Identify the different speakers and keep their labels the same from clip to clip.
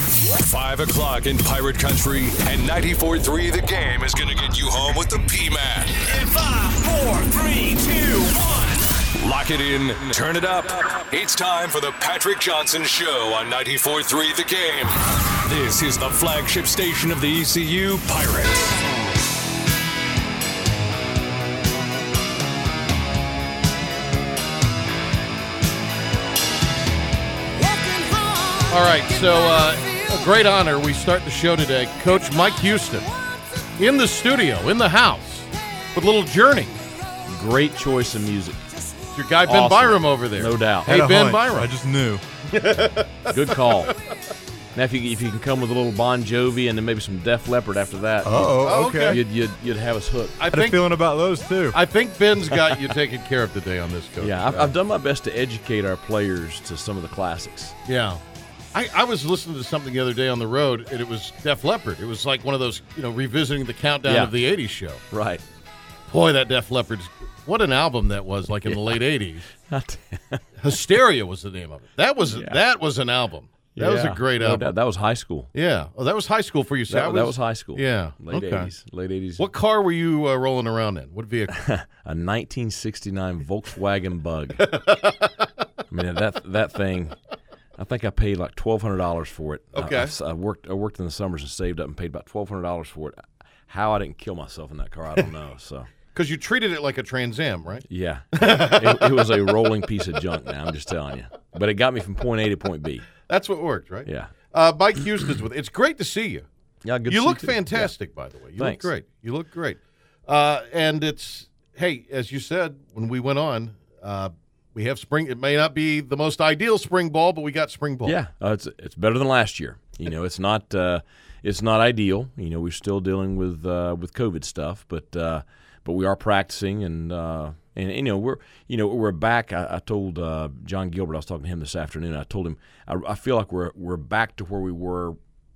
Speaker 1: 5 o'clock in Pirate Country, and 94.3 The Game is going to get you home with the P-Man.
Speaker 2: In five, four, three, two, one.
Speaker 1: Lock it in, turn it up. It's time for the Patrick Johnson Show on 94.3 The Game. This is the flagship station of the ECU Pirates.
Speaker 3: All right, so uh, a great honor. We start the show today. Coach Mike Houston in the studio, in the house, with little Journey.
Speaker 4: Great choice of music.
Speaker 3: Your guy Ben
Speaker 4: Awesome.
Speaker 3: Byram over there.
Speaker 4: No doubt.
Speaker 3: Hey,
Speaker 5: Had a
Speaker 3: Ben
Speaker 5: hunch.
Speaker 3: Byram.
Speaker 5: I just knew.
Speaker 4: Good call. now, if you, if you can come with a little Bon Jovi and then maybe some Def Leppard after that,
Speaker 5: Oh, okay.
Speaker 4: you'd, you'd, you'd have us hooked.
Speaker 3: I
Speaker 5: I had a
Speaker 3: think,
Speaker 5: feeling about those too.
Speaker 3: I think Ben's got you taken care of today on this, Coach.
Speaker 4: Yeah, I've, I've done my best to educate our players to some of the classics.
Speaker 3: Yeah. I, I was listening to something the other day on the road, and it was Def Leppard. It was like one of those, you know, revisiting the countdown
Speaker 4: Yeah.
Speaker 3: of the 80s show.
Speaker 4: Right.
Speaker 3: Boy, that Def Leppard's. What an album that was, like in the late 80s. Hysteria was the name of it. That was that was an album. That was a
Speaker 4: Yeah.
Speaker 3: great
Speaker 4: No
Speaker 3: album.
Speaker 4: doubt. That was high school.
Speaker 3: yeah. Oh, that was high school for you. so
Speaker 4: That, that was high school.
Speaker 3: Yeah.
Speaker 4: Late
Speaker 3: okay.
Speaker 4: 80s. Late 80s.
Speaker 3: What car were you uh, rolling around in? What vehicle?
Speaker 4: A 1969 Volkswagen Bug. I mean that that thing. I think I paid like twelve hundred dollars for it. I-
Speaker 3: Okay.
Speaker 4: I, s- I worked I worked in the summers and saved up and paid about twelve hundred dollars for it. How I didn't kill myself in that car, I don't know. So
Speaker 3: Because you treated it like a Trans Am, right?
Speaker 4: yeah, it, it was a rolling piece of junk. Now I'm just telling you, but it got me from point A to point B.
Speaker 3: That's what worked, right?
Speaker 4: Yeah.
Speaker 3: Uh, Mike Houston's with. It's great to see you.
Speaker 4: Yeah, good. to
Speaker 3: you
Speaker 4: see
Speaker 3: look
Speaker 4: too.
Speaker 3: fantastic, by the way. You
Speaker 4: Thanks.
Speaker 3: look great. You look great. Uh, and it's hey, as you said when we went on, uh, we have spring. It may not be the most ideal spring ball, but we got spring ball.
Speaker 4: Yeah, uh, it's it's better than last year. You know, it's not uh, it's not ideal. You know, we're still dealing with uh, with COVID stuff, but uh, but we are practicing and. Uh, and you know we're you know we're back. I, I told uh, John Gilbert I was talking to him this afternoon. I told him I, I feel like we're we're back to where we were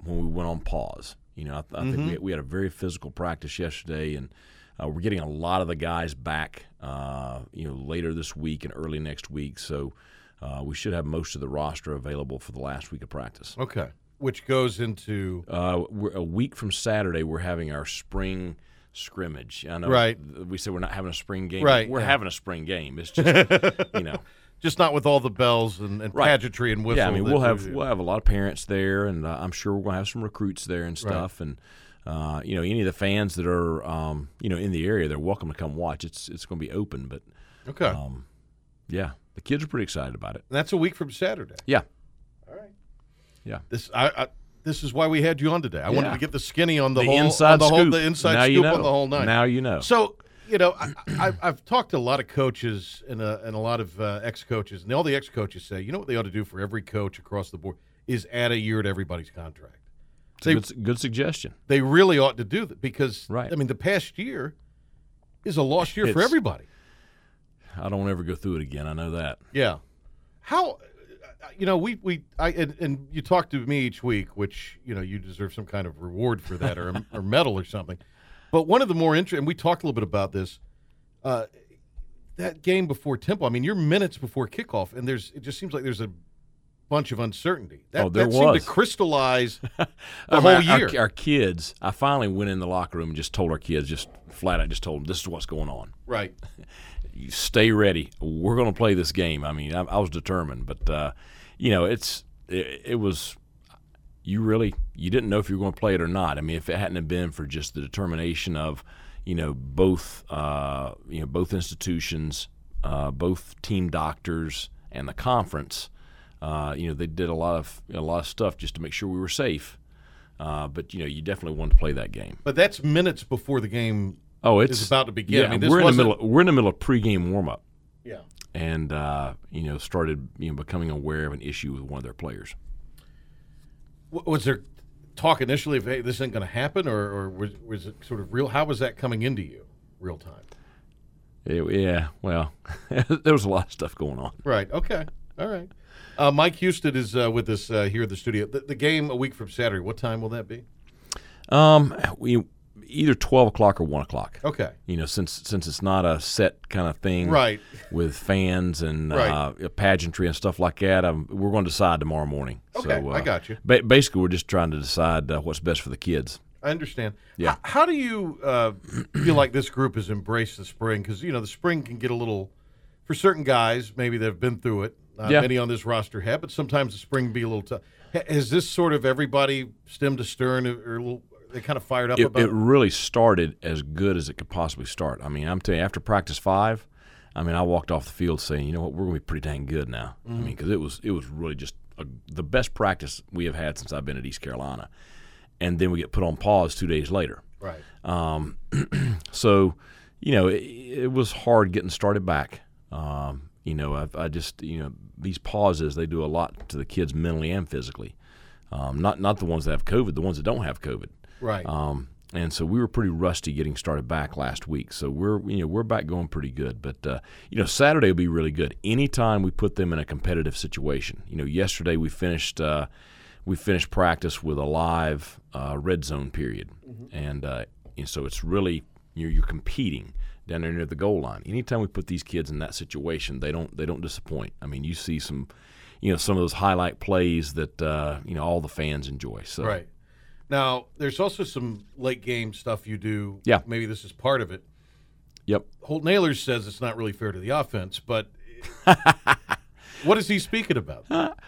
Speaker 4: when we went on pause. You know I, I think we, we had a very physical practice yesterday, and uh, we're getting a lot of the guys back. Uh, you know later this week and early next week. So uh, we should have most of the roster available for the last week of practice.
Speaker 3: Okay. Which goes into
Speaker 4: Uh, we're, a week from Saturday, we're having our spring scrimmage. I know
Speaker 3: Right.
Speaker 4: th- we said we're not having a spring game.
Speaker 3: Right,
Speaker 4: We're
Speaker 3: yeah.
Speaker 4: having a spring game. It's just, you know.
Speaker 3: just not with all the bells and, and
Speaker 4: Right.
Speaker 3: pageantry and whistle.
Speaker 4: Yeah, I mean,
Speaker 3: that
Speaker 4: we'll have
Speaker 3: we-
Speaker 4: we'll have a lot of parents there, and uh, I'm sure we're going to have some recruits there and stuff. And uh, you know, any of the fans that are um, you know in the area, they're welcome to come watch. It's it's going to be open, but
Speaker 3: okay.
Speaker 4: um, yeah, the kids are pretty excited about it.
Speaker 3: That's a week from Saturday.
Speaker 4: Yeah,
Speaker 3: This I, I this is why we had you on today. I wanted
Speaker 4: Yeah.
Speaker 3: to get the skinny on the,
Speaker 4: the
Speaker 3: whole
Speaker 4: inside
Speaker 3: on the
Speaker 4: scoop,
Speaker 3: whole the inside
Speaker 4: now
Speaker 3: scoop
Speaker 4: you know.
Speaker 3: on the whole night.
Speaker 4: Now you know.
Speaker 3: So you know, I, I, I've talked to a lot of coaches and a, and a lot of uh, ex coaches, and all the ex coaches say, you know what they ought to do for every coach across the board is add a year to everybody's contract.
Speaker 4: It's a good, s- good suggestion.
Speaker 3: They really ought to do that because
Speaker 4: Right.
Speaker 3: I mean, the past year is a lost year for
Speaker 4: It's-
Speaker 3: everybody.
Speaker 4: I don't ever go through it again. I know that.
Speaker 3: Yeah. How, you know, we, we I and, and you talk to me each week, which, you know, you deserve some kind of reward for that or, or medal or something. But one of the more interesting, and we talked a little bit about this, uh, that game before Temple, I mean, you're minutes before kickoff, and there's it just seems like there's a bunch of uncertainty. That,
Speaker 4: Oh, there
Speaker 3: that seemed
Speaker 4: was.
Speaker 3: to crystallize the
Speaker 4: I
Speaker 3: whole
Speaker 4: mean, our-
Speaker 3: year.
Speaker 4: Our, kids, I finally went in the locker room and just told our kids, just flat out, just told them, this is what's going on.
Speaker 3: right.
Speaker 4: You stay ready. We're going to play this game. I mean, I, I was determined, but uh, you know, it's it, it was. You really you didn't know if you were going to play it or not. I mean, if it hadn't have been for just the determination of, you know, both uh, you know both institutions, uh, both team doctors, and the conference, uh, you know, they did a lot of a lot of stuff just to make sure we were safe. Uh, but you know, you definitely wanted to play that game.
Speaker 3: But that's minutes before the game.
Speaker 4: Oh, it's
Speaker 3: is about to begin.
Speaker 4: Yeah,
Speaker 3: I mean, this
Speaker 4: we're in the
Speaker 3: wasn't-
Speaker 4: middle. We're in the middle of pregame warm up,
Speaker 3: Yeah.
Speaker 4: and uh, you know, started you know becoming aware of an issue with one of their players.
Speaker 3: W- Was there talk initially of, hey, this ain't going to happen, or, or was, was it sort of real? How was that coming into you real time?
Speaker 4: It- yeah, well, there was a lot of stuff going on.
Speaker 3: Right. Okay. All right. Uh, Mike Houston is uh, with us uh, here in the studio. The, the game a week from Saturday. What time will that be?
Speaker 4: Um, we either twelve o'clock or one o'clock.
Speaker 3: Okay.
Speaker 4: You know, since since it's not a set kind of thing,
Speaker 3: Right.
Speaker 4: With fans and
Speaker 3: Right.
Speaker 4: uh, pageantry and stuff like that, um we're going to decide tomorrow morning.
Speaker 3: Okay,
Speaker 4: so, uh,
Speaker 3: I got you.
Speaker 4: Ba- basically, we're just trying to decide uh, what's best for the kids.
Speaker 3: I understand.
Speaker 4: Yeah.
Speaker 3: H- how do you uh, feel like this group has embraced the spring? Because you know the spring can get a little for certain guys. Maybe they've been through it. Not
Speaker 4: Yeah.
Speaker 3: many on this roster have, but sometimes the spring can be a little tough. Ha- Has this sort of everybody stem to stern or, or a little, they kind of fired up
Speaker 4: It,
Speaker 3: about?
Speaker 4: it really started as good as it could possibly start. I mean, I'm telling you, after practice five, I mean, I walked off the field saying, you know what, we're going to be pretty dang good now. I
Speaker 3: Mm-hmm.
Speaker 4: mean, because it was it was really just a, the best practice we have had since I've been at East Carolina, and then we get put on pause two days later.
Speaker 3: right.
Speaker 4: Um, So, you know, it, it was hard getting started back. Um, you know, I've, I just you know these pauses they do a lot to the kids mentally and physically. Um, not not the ones that have COVID, the ones that don't have COVID.
Speaker 3: Right.
Speaker 4: Um, and so we were pretty rusty getting started back last week. So we're you know we're back going pretty good. But uh, you know Saturday will be really good. Anytime we put them in a competitive situation. You know yesterday we finished uh, we finished practice with a live uh, red zone period,
Speaker 3: Mm-hmm.
Speaker 4: and, uh, and so it's really you're, you're competing down there near the goal line. Anytime we put these kids in that situation, they don't they don't disappoint. I mean you see some you know some of those highlight plays that uh, you know all the fans enjoy. So
Speaker 3: Right. Now, there's also some late game stuff you do.
Speaker 4: Yeah.
Speaker 3: Maybe this is part of it.
Speaker 4: yep.
Speaker 3: Holt Naylor says it's not really fair to the offense, but what is he speaking about?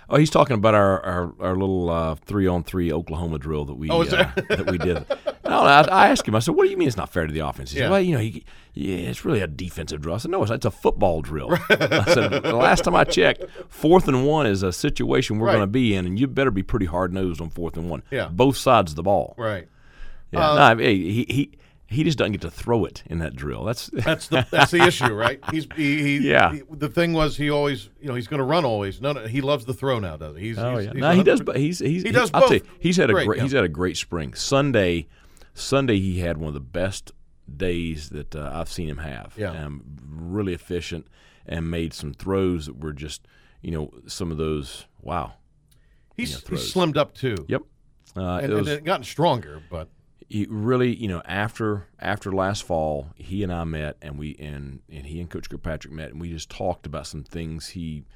Speaker 4: Oh, he's talking about our our, our little uh, three on three Oklahoma drill that we
Speaker 3: Oh, is
Speaker 4: uh, that we did. No, I, I asked him. I said, "What do you mean it's not fair to the offense?" He
Speaker 3: Yeah.
Speaker 4: said, "Well, you know, he, yeah, it's really a defensive drill." I said, "No, it's, it's a football drill." I said, "The last time I checked, fourth and one is a situation we're
Speaker 3: Right.
Speaker 4: going to be in, and you better be pretty hard nosed on fourth and one.
Speaker 3: Yeah.
Speaker 4: both sides of the ball.
Speaker 3: Right. Uh,
Speaker 4: Yeah, No, I mean, he he he just doesn't get to throw it in that drill. That's
Speaker 3: That's the that's the issue, right? He's he, he
Speaker 4: Yeah.
Speaker 3: he- the thing was he always you know he's going to run always. No, no, he loves the throw now, doesn't he? He's,
Speaker 4: Oh
Speaker 3: he's-
Speaker 4: yeah,
Speaker 3: he's
Speaker 4: no, he does.
Speaker 3: 100%
Speaker 4: But he's he's
Speaker 3: He does
Speaker 4: I'll tell you,
Speaker 3: both.
Speaker 4: he's had a
Speaker 3: Great,
Speaker 4: great,
Speaker 3: yeah.
Speaker 4: he's had a great spring. Sunday, Sunday he had one of the best days that uh, I've seen him have.
Speaker 3: Yeah.
Speaker 4: um, really efficient and made some throws that were just you know some of those wow.
Speaker 3: he's,
Speaker 4: know,
Speaker 3: he's
Speaker 4: throws.
Speaker 3: slimmed up too.
Speaker 4: Yep, uh,
Speaker 3: and,
Speaker 4: it
Speaker 3: and
Speaker 4: was
Speaker 3: it gotten stronger, but
Speaker 4: he really you know after after last fall he and I met and we and and he and Coach Kirkpatrick met and we just talked about some things he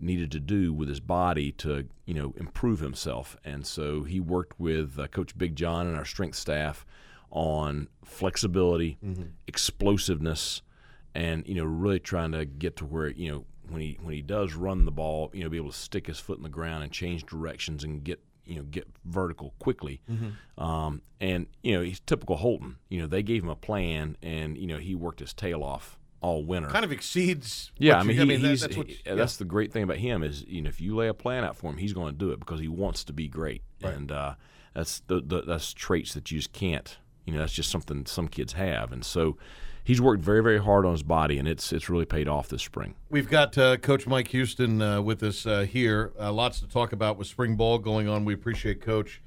Speaker 4: needed to do with his body to you know improve himself and so he worked with uh, Coach Big John and our strength staff on flexibility, explosiveness, and you know really trying to get to where you know when he when he does run the ball, you know be able to stick his foot in the ground and change directions and get you know get vertical quickly. Um, and you know he's typical Holton. You know they gave him a plan, and you know he worked his tail off all winter.
Speaker 3: kind of exceeds.
Speaker 4: yeah,
Speaker 3: what
Speaker 4: I
Speaker 3: you-
Speaker 4: mean, he,
Speaker 3: that-
Speaker 4: he's
Speaker 3: that's, what,
Speaker 4: he-
Speaker 3: yeah.
Speaker 4: that's the great thing about him is you know if you lay a plan out for him, he's going to do it because he wants to be great, and uh, that's the, the that's traits that you just can't. You know, that's just something some kids have, and so he's worked very very hard on his body, and it's it's really paid off this spring.
Speaker 3: We've got uh, Coach Mike Houston uh, with us uh, here. Uh, lots to talk about with spring ball going on. We appreciate Coach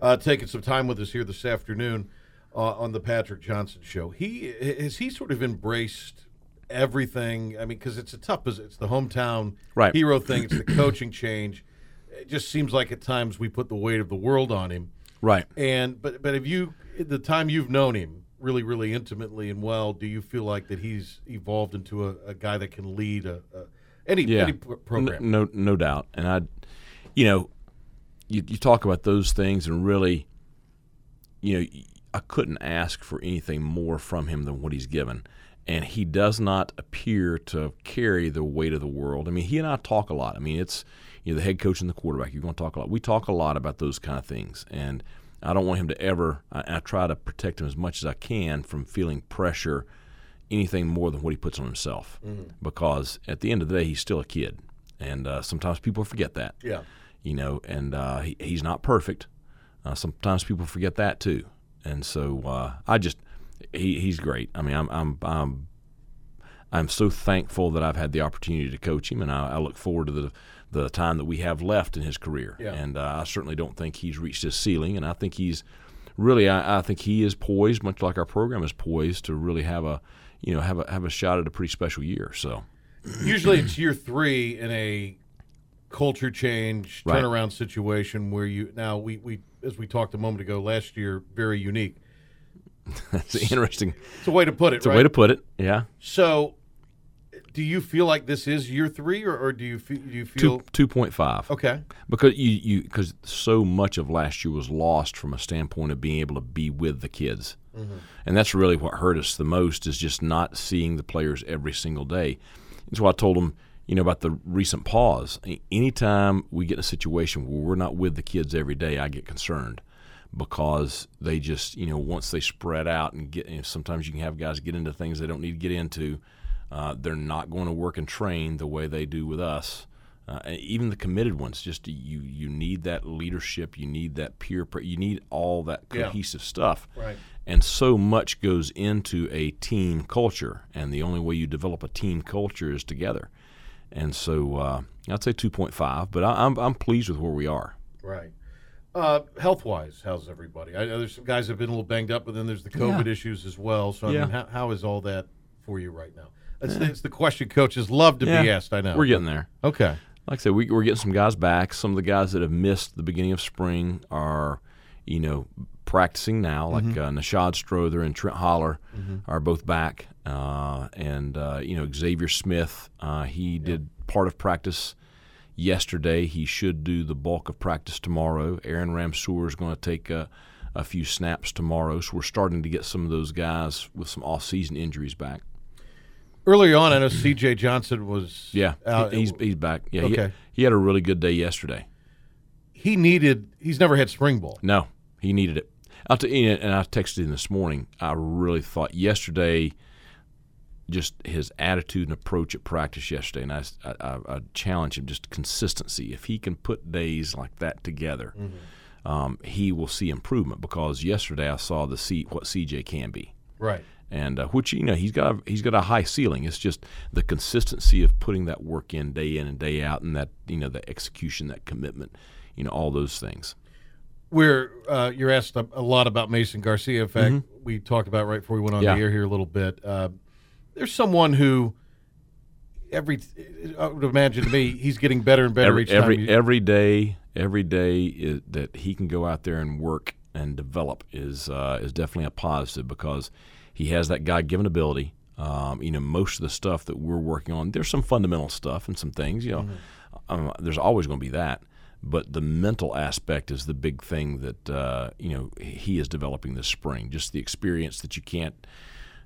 Speaker 3: uh, taking some time with us here this afternoon uh, on the Patrick Johnson Show. He has he sort of embraced everything. I mean, because it's a tough, posi- it's the hometown
Speaker 4: Right.
Speaker 3: hero thing. It's the coaching change. It just seems like at times we put the weight of the world on him.
Speaker 4: Right.
Speaker 3: And but but have you the time you've known him really really intimately and well? Do you feel like that he's evolved into a, a guy that can lead a, a any
Speaker 4: yeah.
Speaker 3: any pro- program?
Speaker 4: N- No, no, doubt. And I, you know, you, you talk about those things, and really, you know, I couldn't ask for anything more from him than what he's given. And he does not appear to carry the weight of the world. I mean, he and I talk a lot. I mean, it's you know the head coach and the quarterback. You're going to talk a lot. We talk a lot about those kind of things, and I don't want him to ever. I, I try to protect him as much as I can from feeling pressure anything more than what he puts on himself because at the end of the day he's still a kid and uh, sometimes people forget that
Speaker 3: Yeah.
Speaker 4: you know and uh, he, he's not perfect uh, sometimes people forget that too and so uh, i just he, he's great i mean I'm, I'm i'm i'm so thankful that i've had the opportunity to coach him and i, I look forward to the the time that we have left in his career
Speaker 3: Yeah.
Speaker 4: and uh, i certainly don't think he's reached his ceiling and i think he's really I, I think he is poised much like our program is poised to really have a you know have a have a shot at a pretty special year so
Speaker 3: Usually it's year three in a culture change
Speaker 4: Right.
Speaker 3: turnaround situation where you now we we as we talked a moment ago last year very unique.
Speaker 4: That's interesting.
Speaker 3: It's a way to put it,
Speaker 4: It's a
Speaker 3: right?
Speaker 4: way to put it. Yeah.
Speaker 3: so, do you feel like this is year three, or, or do you fe- do you feel
Speaker 4: Two two point five.
Speaker 3: okay?
Speaker 4: Because you you because so much of last year was lost from a standpoint of being able to be with the kids, and that's really what hurt us the most is just not seeing the players every single day. That's why I told them you know about the recent pause. A- Anytime we get in a situation where we're not with the kids every day, I get concerned because they just you know once they spread out and get and sometimes you can have guys get into things they don't need to get into. Uh, they're not going to work and train the way they do with us. Uh, and even the committed ones, just you you need that leadership, you need that peer, pre- you need all that
Speaker 3: Yeah.
Speaker 4: cohesive stuff.
Speaker 3: Right.
Speaker 4: And so much goes into a team culture, and the only way you develop a team culture is together. And so uh, I'd say 2.5, but I, I'm I'm pleased with where we are.
Speaker 3: Right. Uh, health wise, how's everybody? I know there's some guys that have been a little banged up, but then there's the COVID issues as well. So, I
Speaker 4: Yeah.
Speaker 3: mean, how, how is all that for you right now? That's, that's the question coaches love to be
Speaker 4: Yeah.
Speaker 3: asked. I know.
Speaker 4: We're getting there.
Speaker 3: okay.
Speaker 4: like I said, we, we're getting some guys back. Some of the guys that have missed the beginning of spring are, you know, practicing now. Like uh, Nashad Strother and Trent Holler are both back, uh, and uh, you know Xavier Smith. Uh, he did part of practice yesterday. He should do the bulk of practice tomorrow. Aaron Ramsour is going to take a, a few snaps tomorrow, so we're starting to get some of those guys with some off-season injuries back.
Speaker 3: Earlier on, I know CJ Johnson was.
Speaker 4: Yeah,
Speaker 3: out.
Speaker 4: he- he's he's back. Yeah, he-
Speaker 3: Uh, Okay.
Speaker 4: he had a really good day yesterday.
Speaker 3: he needed, he's never had spring ball.
Speaker 4: No, he needed it. I'll t- and and I texted him this morning. I really thought yesterday, just his attitude and approach at practice yesterday, and I, s- I- I- I challenged him just consistency. If he can put days like that together, um, he will see improvement. Because yesterday I saw the C, what CJ can be
Speaker 3: Right.
Speaker 4: and uh, which you know he's got a, he's got a high ceiling. It's just the consistency of putting that work in day in and day out, and that you know the execution, that commitment, you know all those things.
Speaker 3: Where uh, you're asked a, a lot about Mason Garcia. In fact,
Speaker 4: Mm-hmm.
Speaker 3: we talked about right before we went on
Speaker 4: Yeah.
Speaker 3: the air here a little bit. Uh, there's someone who every uh, I would imagine to me he's getting better and better
Speaker 4: Every
Speaker 3: each time.
Speaker 4: every,
Speaker 3: you-
Speaker 4: every day, every day is, that he can go out there and work and develop is uh, is definitely a positive because he has that God given ability. Um, you know, most of the stuff that we're working on, there's some fundamental stuff and some things. You know,
Speaker 3: Mm-hmm.
Speaker 4: um, there's always going to be that. but the mental aspect is the big thing that uh, you know he is developing this spring. Just the experience that you can't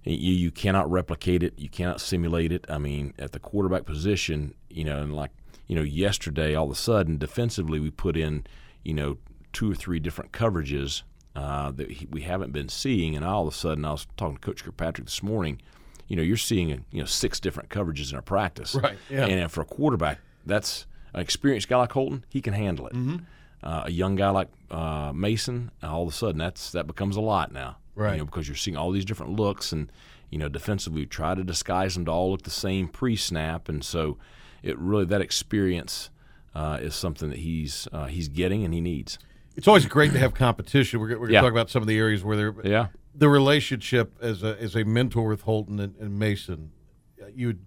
Speaker 4: you, you cannot replicate it, you cannot simulate it. I mean, at the quarterback position, you know, and like you know, yesterday all of a sudden defensively we put in you know two or three different coverages uh, that he, we haven't been seeing, and all of a sudden I was talking to Coach Kirkpatrick this morning. You know, you're seeing you know six different coverages in our practice,
Speaker 3: Right, yeah.
Speaker 4: and for a quarterback, that's an experienced guy like Holton. He can handle it. Uh, a young guy like uh, Mason, all of a sudden, that's that becomes a lot now,
Speaker 3: Right.
Speaker 4: You know, because you're seeing all these different looks, and you know, defensively, we try to disguise them to all look the same pre-snap, and so it really that experience uh, is something that he's uh, he's getting and he needs.
Speaker 3: it's always great to have competition. We're, go- we're going to
Speaker 4: Yeah.
Speaker 3: talk about some of the areas where they're
Speaker 4: Yeah,
Speaker 3: the relationship as a as a mentor with Holton and, and Mason. uh, You had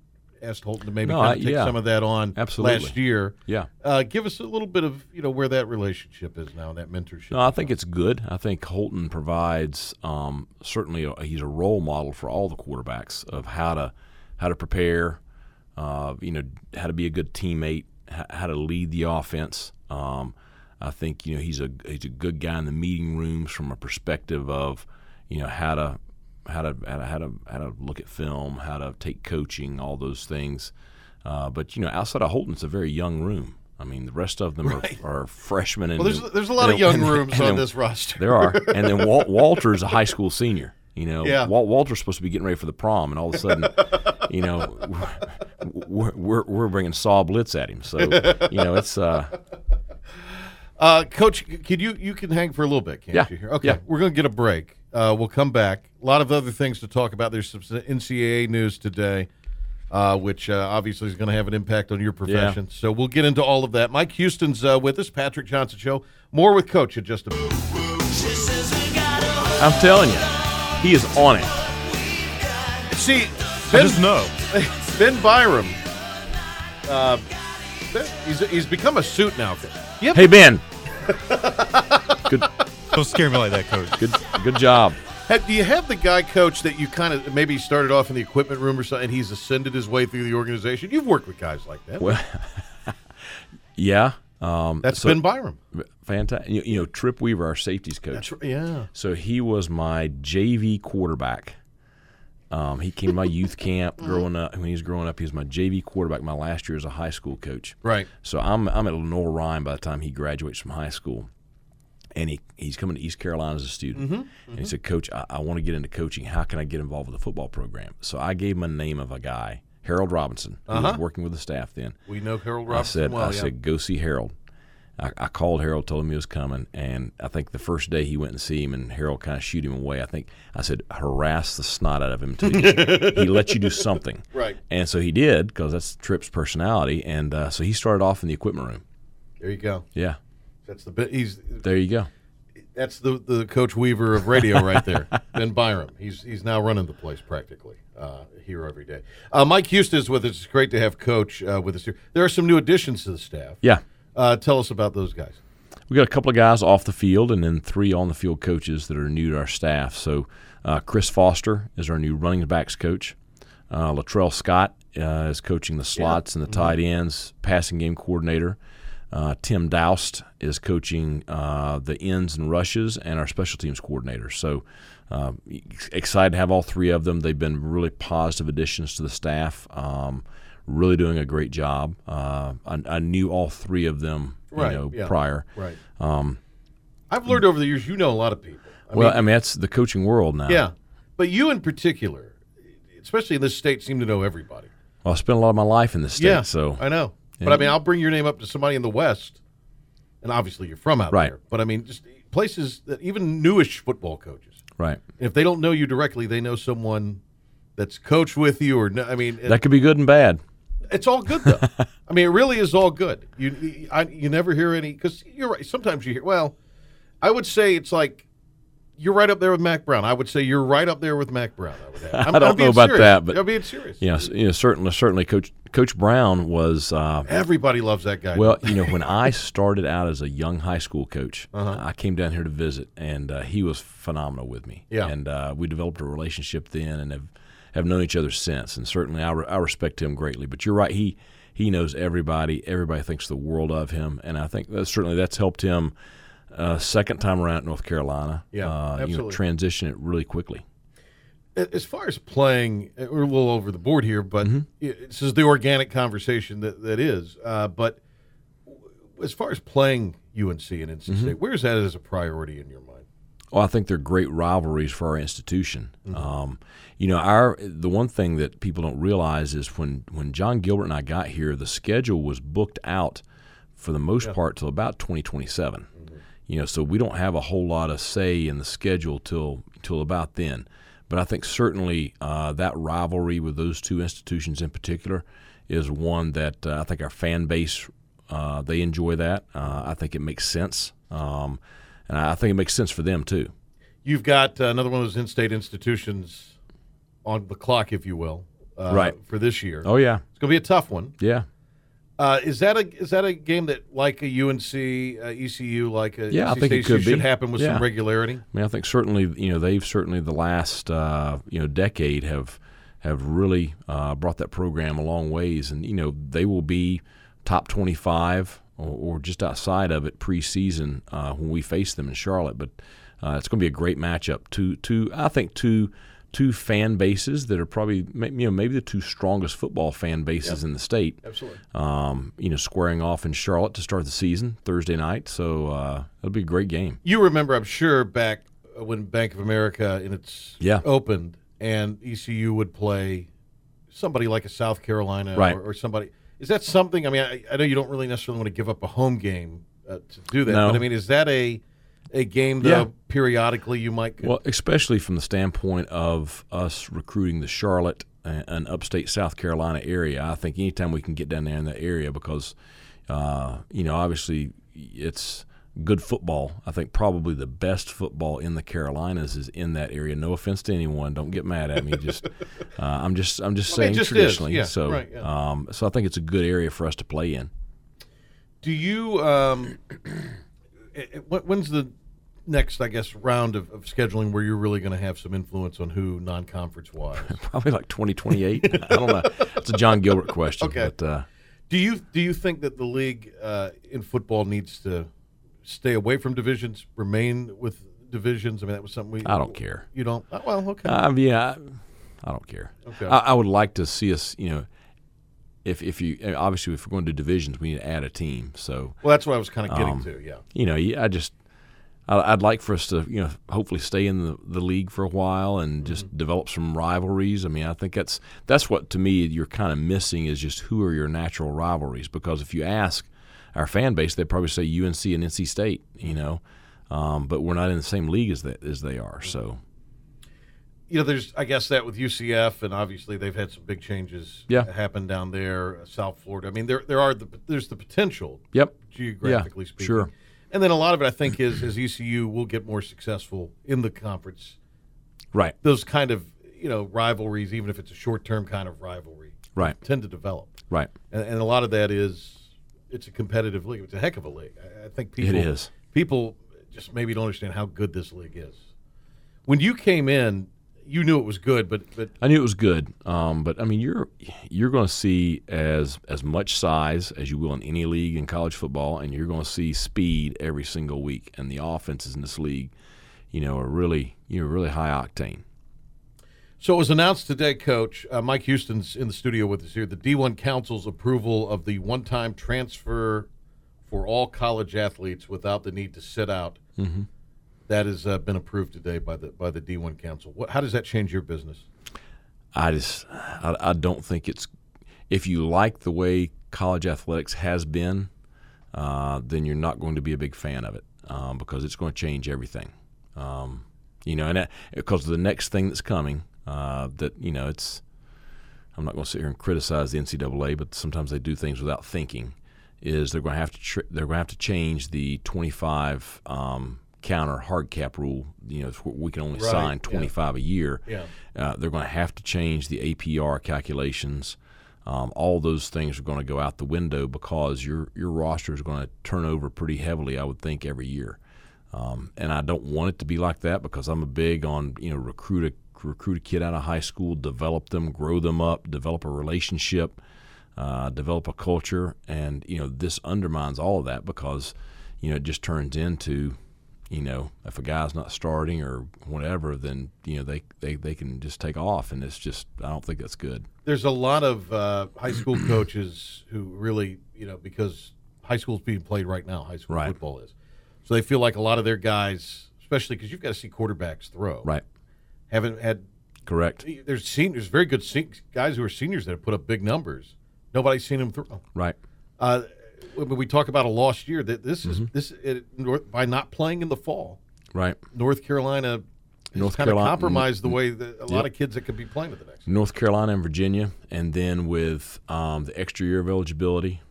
Speaker 3: asked Holton to maybe
Speaker 4: No,
Speaker 3: kind
Speaker 4: I-
Speaker 3: of take
Speaker 4: yeah.
Speaker 3: some of that on
Speaker 4: Absolutely.
Speaker 3: last year.
Speaker 4: yeah.
Speaker 3: Uh, give us a little bit of you know where that relationship is now, that mentorship.
Speaker 4: No, I think it's good. I think Holton provides um, certainly a, he's a role model for all the quarterbacks of how to how to prepare, uh, you know, how to be a good teammate, h- how to lead the offense. Um, I think you know he's a he's a good guy in the meeting rooms from a perspective of you know how to how to how to how to, how to look at film, how to take coaching, all those things. Uh, but you know, outside of Holton, it's a very young room. I mean, the rest of them are, are freshmen. And
Speaker 3: well, there's
Speaker 4: new-
Speaker 3: there's a lot of
Speaker 4: and-
Speaker 3: young
Speaker 4: and-
Speaker 3: rooms
Speaker 4: and
Speaker 3: on
Speaker 4: then-
Speaker 3: this roster.
Speaker 4: There are, and then Wal- Walter's a high school senior. You know,
Speaker 3: Yeah.
Speaker 4: Wal- Walter's supposed to be getting ready for the prom, and all of a sudden, you know, we're, we're, we're bringing Saw Blitz at him. So, you know, it's uh,
Speaker 3: Uh, Coach, c- could you you can hang for a little bit, can't
Speaker 4: Yeah.
Speaker 3: you? Here, okay.
Speaker 4: Yeah.
Speaker 3: We're going to get a break. Uh, we'll come back. A lot of other things to talk about. There's some NCAA news today, uh, which uh, obviously is going to have an impact on your profession. So we'll get into all of that. Mike Houston's uh, with us. Patrick Johnson show. More with Coach in just a minute.
Speaker 4: I'm telling you, he is on it.
Speaker 3: See, Ben,
Speaker 5: know.
Speaker 3: ben Byram. Uh, he's he's become a suit now.
Speaker 4: Hey Ben, good
Speaker 5: Don't scare me like that, coach.
Speaker 4: good good job.
Speaker 3: Have, do you have the guy coach that you kind of maybe started off in the equipment room or something? And he's ascended his way through the organization. You've worked with guys like that.
Speaker 4: Well, yeah. Um,
Speaker 3: That's
Speaker 4: so-
Speaker 3: Ben Byram.
Speaker 4: fantastic. You, you know, Trip Weaver, our safeties coach.
Speaker 3: That's right, yeah.
Speaker 4: So he was my JV quarterback. Um, he came to my youth camp
Speaker 3: Mm-hmm.
Speaker 4: growing up. When he was growing up, he was my JV quarterback. My last year as a high school coach.
Speaker 3: Right.
Speaker 4: So I'm I'm at Lenore Ryan by the time he graduates from high school, and he, he's coming to East Carolina as a student. And he said, Coach, I, I want to get into coaching. How can I get involved with the football program? So I gave him a name of a guy, Harold Robinson, who was working with the staff then.
Speaker 3: We know Harold
Speaker 4: I
Speaker 3: Robinson
Speaker 4: said,
Speaker 3: well.
Speaker 4: I
Speaker 3: yeah.
Speaker 4: said, go see Harold. I, I called Harold, told him he was coming, and I think the first day he went and see him, and Harold kind of shoot him away. I think I said, harass the snot out of him until he, he let you do something.
Speaker 3: Right.
Speaker 4: And so he did because that's Tripp's personality, and uh, so he started off in the equipment room.
Speaker 3: there you go.
Speaker 4: Yeah,
Speaker 3: That's the bit. He's
Speaker 4: there you go.
Speaker 3: that's the the Coach Weaver of radio right there. ben Byram. He's he's now running the place practically uh, here every day. Uh, Mike Houston is with us. It's great to have Coach uh, with us here. There are some new additions to the staff.
Speaker 4: Yeah,
Speaker 3: Uh, tell us about those guys.
Speaker 4: we got a couple of guys off the field, and then three on the field coaches that are new to our staff. So uh, Chris Foster is our new running backs coach. Uh, Latrell Scott uh, is coaching the slots and the
Speaker 3: Mm-hmm.
Speaker 4: tight ends, passing game coordinator. Uh, Tim Doust is coaching uh, the ends and rushes and our special teams coordinator. So uh, ex- excited to have all three of them. They've been really positive additions to the staff. Um, really doing a great job. Uh, I, I knew all three of them, you
Speaker 3: Right,
Speaker 4: know,
Speaker 3: yeah.
Speaker 4: prior.
Speaker 3: Right. Um, I've learned over the years you know a lot of people. I
Speaker 4: well,
Speaker 3: mean,
Speaker 4: I mean that's the coaching world now.
Speaker 3: yeah, but you in particular, especially in this state, seem to know everybody.
Speaker 4: Well, I spent a lot of my life in the state,
Speaker 3: yeah,
Speaker 4: so
Speaker 3: I know. But I mean, I'll bring your name up to somebody in the West, and obviously you're from out
Speaker 4: Right.
Speaker 3: there. But I mean, just places that even newish football coaches,
Speaker 4: right.
Speaker 3: if they don't know you directly, they know someone that's coached with you, or kn- I mean, it-
Speaker 4: That could be good and bad.
Speaker 3: it's all good though. I mean, it really is all good. You, I, you never hear any because you're right. Sometimes you hear. Well, I would say it's like you're right up there with Mac Brown. I would say you're right up there with Mac Brown. I would. Have. I'm,
Speaker 4: I don't know
Speaker 3: being
Speaker 4: about
Speaker 3: serious.
Speaker 4: that, but-
Speaker 3: I'm being serious.
Speaker 4: you know, s- you know certainly, certainly, Coach Coach Brown was. Uh,
Speaker 3: everybody loves that guy.
Speaker 4: well, you know, when I started out as a young high school coach,
Speaker 3: Uh-huh.
Speaker 4: I came down here to visit, and uh, he was phenomenal with me.
Speaker 3: Yeah.
Speaker 4: and uh, we developed a relationship then, and have have known each other since. And certainly, I, re- I respect him greatly. But you're right; he he knows everybody. Everybody thinks the world of him, and I think that certainly that's helped him. Uh, second time around at North Carolina,
Speaker 3: Yeah,
Speaker 4: uh, you know,
Speaker 3: absolutely.
Speaker 4: transition it really quickly.
Speaker 3: A- as far as playing, uh, we're a little over the board here, but
Speaker 4: Mm-hmm.
Speaker 3: i- this is the organic conversation that that is. Uh, but w- as far as playing UNC and NC
Speaker 4: Mm-hmm.
Speaker 3: State, where's that as a priority in your mind?
Speaker 4: Well, Oh, I think they're great rivalries for our institution. Um, you know, our the one thing that people don't realize is when when John Gilbert and I got here, the schedule was booked out for the most part till about 2027. You know, so we don't have a whole lot of say in the schedule till till about then. But I think certainly uh, that rivalry with those two institutions in particular is one that uh, I think our fan base uh, they enjoy that. Uh, I think it makes sense, um, and I think it makes sense for them too.
Speaker 3: You've got uh, another one of those in-state institutions on the clock, if you will, uh,
Speaker 4: Right.
Speaker 3: for this year.
Speaker 4: Oh yeah,
Speaker 3: It's going to be a tough one.
Speaker 4: yeah,
Speaker 3: Uh, is that a is that a game that like a UNC, uh, ECU, like a E
Speaker 4: Yeah, I
Speaker 3: NC
Speaker 4: think it
Speaker 3: State,
Speaker 4: could
Speaker 3: should
Speaker 4: be.
Speaker 3: happen with
Speaker 4: Yeah.
Speaker 3: some regularity?
Speaker 4: I mean, I think certainly you know they've certainly the last uh, you know decade have have really uh, brought that program a long ways, and you know they will be top twenty five or, or just outside of it preseason uh, when we face them in Charlotte. But uh, it's going to be a great matchup. Two two I think two two fan bases that are probably ma- you know maybe the two strongest football fan bases in the state.
Speaker 3: Absolutely.
Speaker 4: Um, you know, squaring off in Charlotte to start the season Thursday night. So uh, it'll be a great game.
Speaker 3: You remember, I'm sure, back uh, when Bank of America in its
Speaker 4: Yeah.
Speaker 3: opened, and ECU would play somebody like a South Carolina
Speaker 4: Right.
Speaker 3: or, or somebody. Is that something? I mean, I, I know you don't really necessarily want to give up a home game uh, to do that,
Speaker 4: No.
Speaker 3: but I mean, is that a a game though
Speaker 4: Yeah.
Speaker 3: periodically you might?
Speaker 4: Well, especially from the standpoint of us recruiting the Charlotte and and upstate South Carolina area, I think anytime we can get down there in that area, because uh, you know, obviously it's good football. I think probably the best football in the Carolinas is in that area. No offense to anyone, don't get mad at me. Just uh, I'm just I'm just
Speaker 3: I mean,
Speaker 4: saying
Speaker 3: it just is.
Speaker 4: traditionally.
Speaker 3: Yeah,
Speaker 4: so
Speaker 3: right, yeah.
Speaker 4: um, so I think it's a good area for us to play in.
Speaker 3: Do you? Um, it- it- when- eh, when's the next, I guess, round of, of scheduling where you're really going to have some influence on who non-conference wise?
Speaker 4: Probably like 2028. I don't know. It's a John Gilbert question.
Speaker 3: Okay.
Speaker 4: But, uh,
Speaker 3: do you do you think that the league uh, in football needs to stay away from divisions, remain with divisions? I mean, that was something we.
Speaker 4: I don't care.
Speaker 3: You don't. Oh, well, okay.
Speaker 4: Um, yeah, I, I don't care.
Speaker 3: Okay.
Speaker 4: I, I would like to see us, you know, if if you uh, obviously if we're going to divisions, we need to add a team. So
Speaker 3: well, that's what I was kind of getting
Speaker 4: um,
Speaker 3: to. Yeah.
Speaker 4: you know, you- I just I- I'd like for us to you know hopefully stay in the, the league for a while and just develop some rivalries. I mean, I think that's that's what to me you're kind of missing is just who are your natural rivalries because if you ask our fan base, they probably say UNC and NC State, you know, um, but we're not in the same league as that as they are. So
Speaker 3: you know, there's I guess that with UCF, and obviously they've had some big changes
Speaker 4: Yeah.
Speaker 3: happen down there, uh, South Florida. I mean, there there are the there's the potential
Speaker 4: yep,
Speaker 3: geographically speaking.
Speaker 4: sure.
Speaker 3: And then a lot of it, I think, is is ECU will get more successful in the conference.
Speaker 4: right,
Speaker 3: Those kind of you know rivalries, even if it's a short term kind of rivalry,
Speaker 4: right,
Speaker 3: tend to develop,
Speaker 4: right.
Speaker 3: and, and a lot of that is it's a competitive league. It's a heck of a league. I, I think people
Speaker 4: It is.
Speaker 3: people just maybe don't understand how good this league is. When you came in, you knew it was good, but but
Speaker 4: I knew it was good, um, but I mean, you're you're going to see as as much size as you will in any league in college football, and you're going to see speed every single week. And the offenses in this league, you know, are really you know really high octane.
Speaker 3: So it was announced today, Coach. Uh, Mike Houston's in the studio with us here. The D1 Council's approval of the one time transfer for all college athletes without the need to sit out.
Speaker 4: Mm-hmm.
Speaker 3: That has uh, been approved today by the by the D1 Council. What, how does that change your business?
Speaker 4: I just I, I don't think it's if you like the way college athletics has been, uh, then you're not going to be a big fan of it um, because it's going to change everything. Um, you know, and that- because the next thing that's coming, uh, that you know, it's I'm not going to sit here and criticize the NCAA, but sometimes they do things without thinking. Is they're going to have to tr- they're going to have to change the 25 um, counter hard cap rule. You know, it's where we can only
Speaker 3: Right,
Speaker 4: sign
Speaker 3: yeah.
Speaker 4: 25 a year.
Speaker 3: Yeah.
Speaker 4: Uh, they're going to have to change the APR calculations. Um, all those things are going to go out the window because your your roster is going to turn over pretty heavily, I would think, every year. Um, and I don't want it to be like that because I'm a big on you know recruit a recruit a kid out of high school, develop them, grow them up, develop a relationship, uh, develop a culture, and you know this undermines all of that because you know it just turns into you know, if a guy's not starting or whatever, then you know they they, they can just take off, and it's just I don't think that's good.
Speaker 3: There's a lot of uh, high school coaches who really, you know, because high school's being played right now, high school
Speaker 4: Right.
Speaker 3: football is. So they feel like a lot of their guys, especially because you've got to see quarterbacks throw,
Speaker 4: Right?
Speaker 3: haven't had
Speaker 4: Correct.
Speaker 3: there's sen- there's very good sen- guys who are seniors that have put up big numbers. Nobody's seen them through.
Speaker 4: Right.
Speaker 3: Uh, when we talk about a lost year, that this
Speaker 4: Mm-hmm.
Speaker 3: is this it, North, by not playing in the fall,
Speaker 4: Right.
Speaker 3: North Carolina has
Speaker 4: North
Speaker 3: kind of
Speaker 4: Carolina- mm-hmm.
Speaker 3: compromised the way that a lot of kids that could be playing at the next.
Speaker 4: North Carolina and Virginia, and then with um, the extra year of eligibility,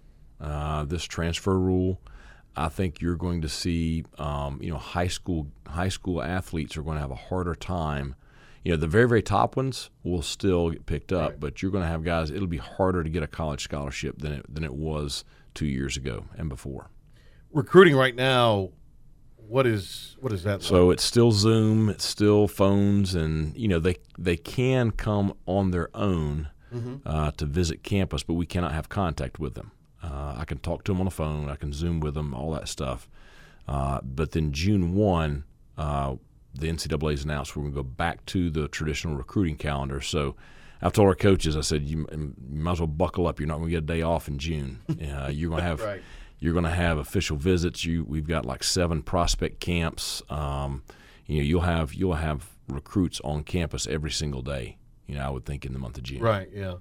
Speaker 4: uh, this transfer rule, I think you're going to see, um, you know, high school high school athletes are going to have a harder time. You know, the very very top ones will still get picked up, but you're going to have guys. It'll be harder to get a college scholarship than it than it was two years ago and before.
Speaker 3: Recruiting right now, what is what is that? like?
Speaker 4: So it's still Zoom, it's still phones, and you know they they can come on their own uh, to visit campus, but we cannot have contact with them. Uh, I can talk to them on the phone, I can Zoom with them, all that stuff. Uh, but then June one, uh, the NCAA's announced we're going to go back to the traditional recruiting calendar. So. I've told our coaches, I said, you, m- you might as well buckle up. You're not going to get a day off in June. Uh, you're going to have
Speaker 3: Right.
Speaker 4: you're going to have official visits. You we've got like seven prospect camps. Um, you know you'll have you'll have recruits on campus every single day. You know I would think in the month of June.
Speaker 3: Right. Yeah.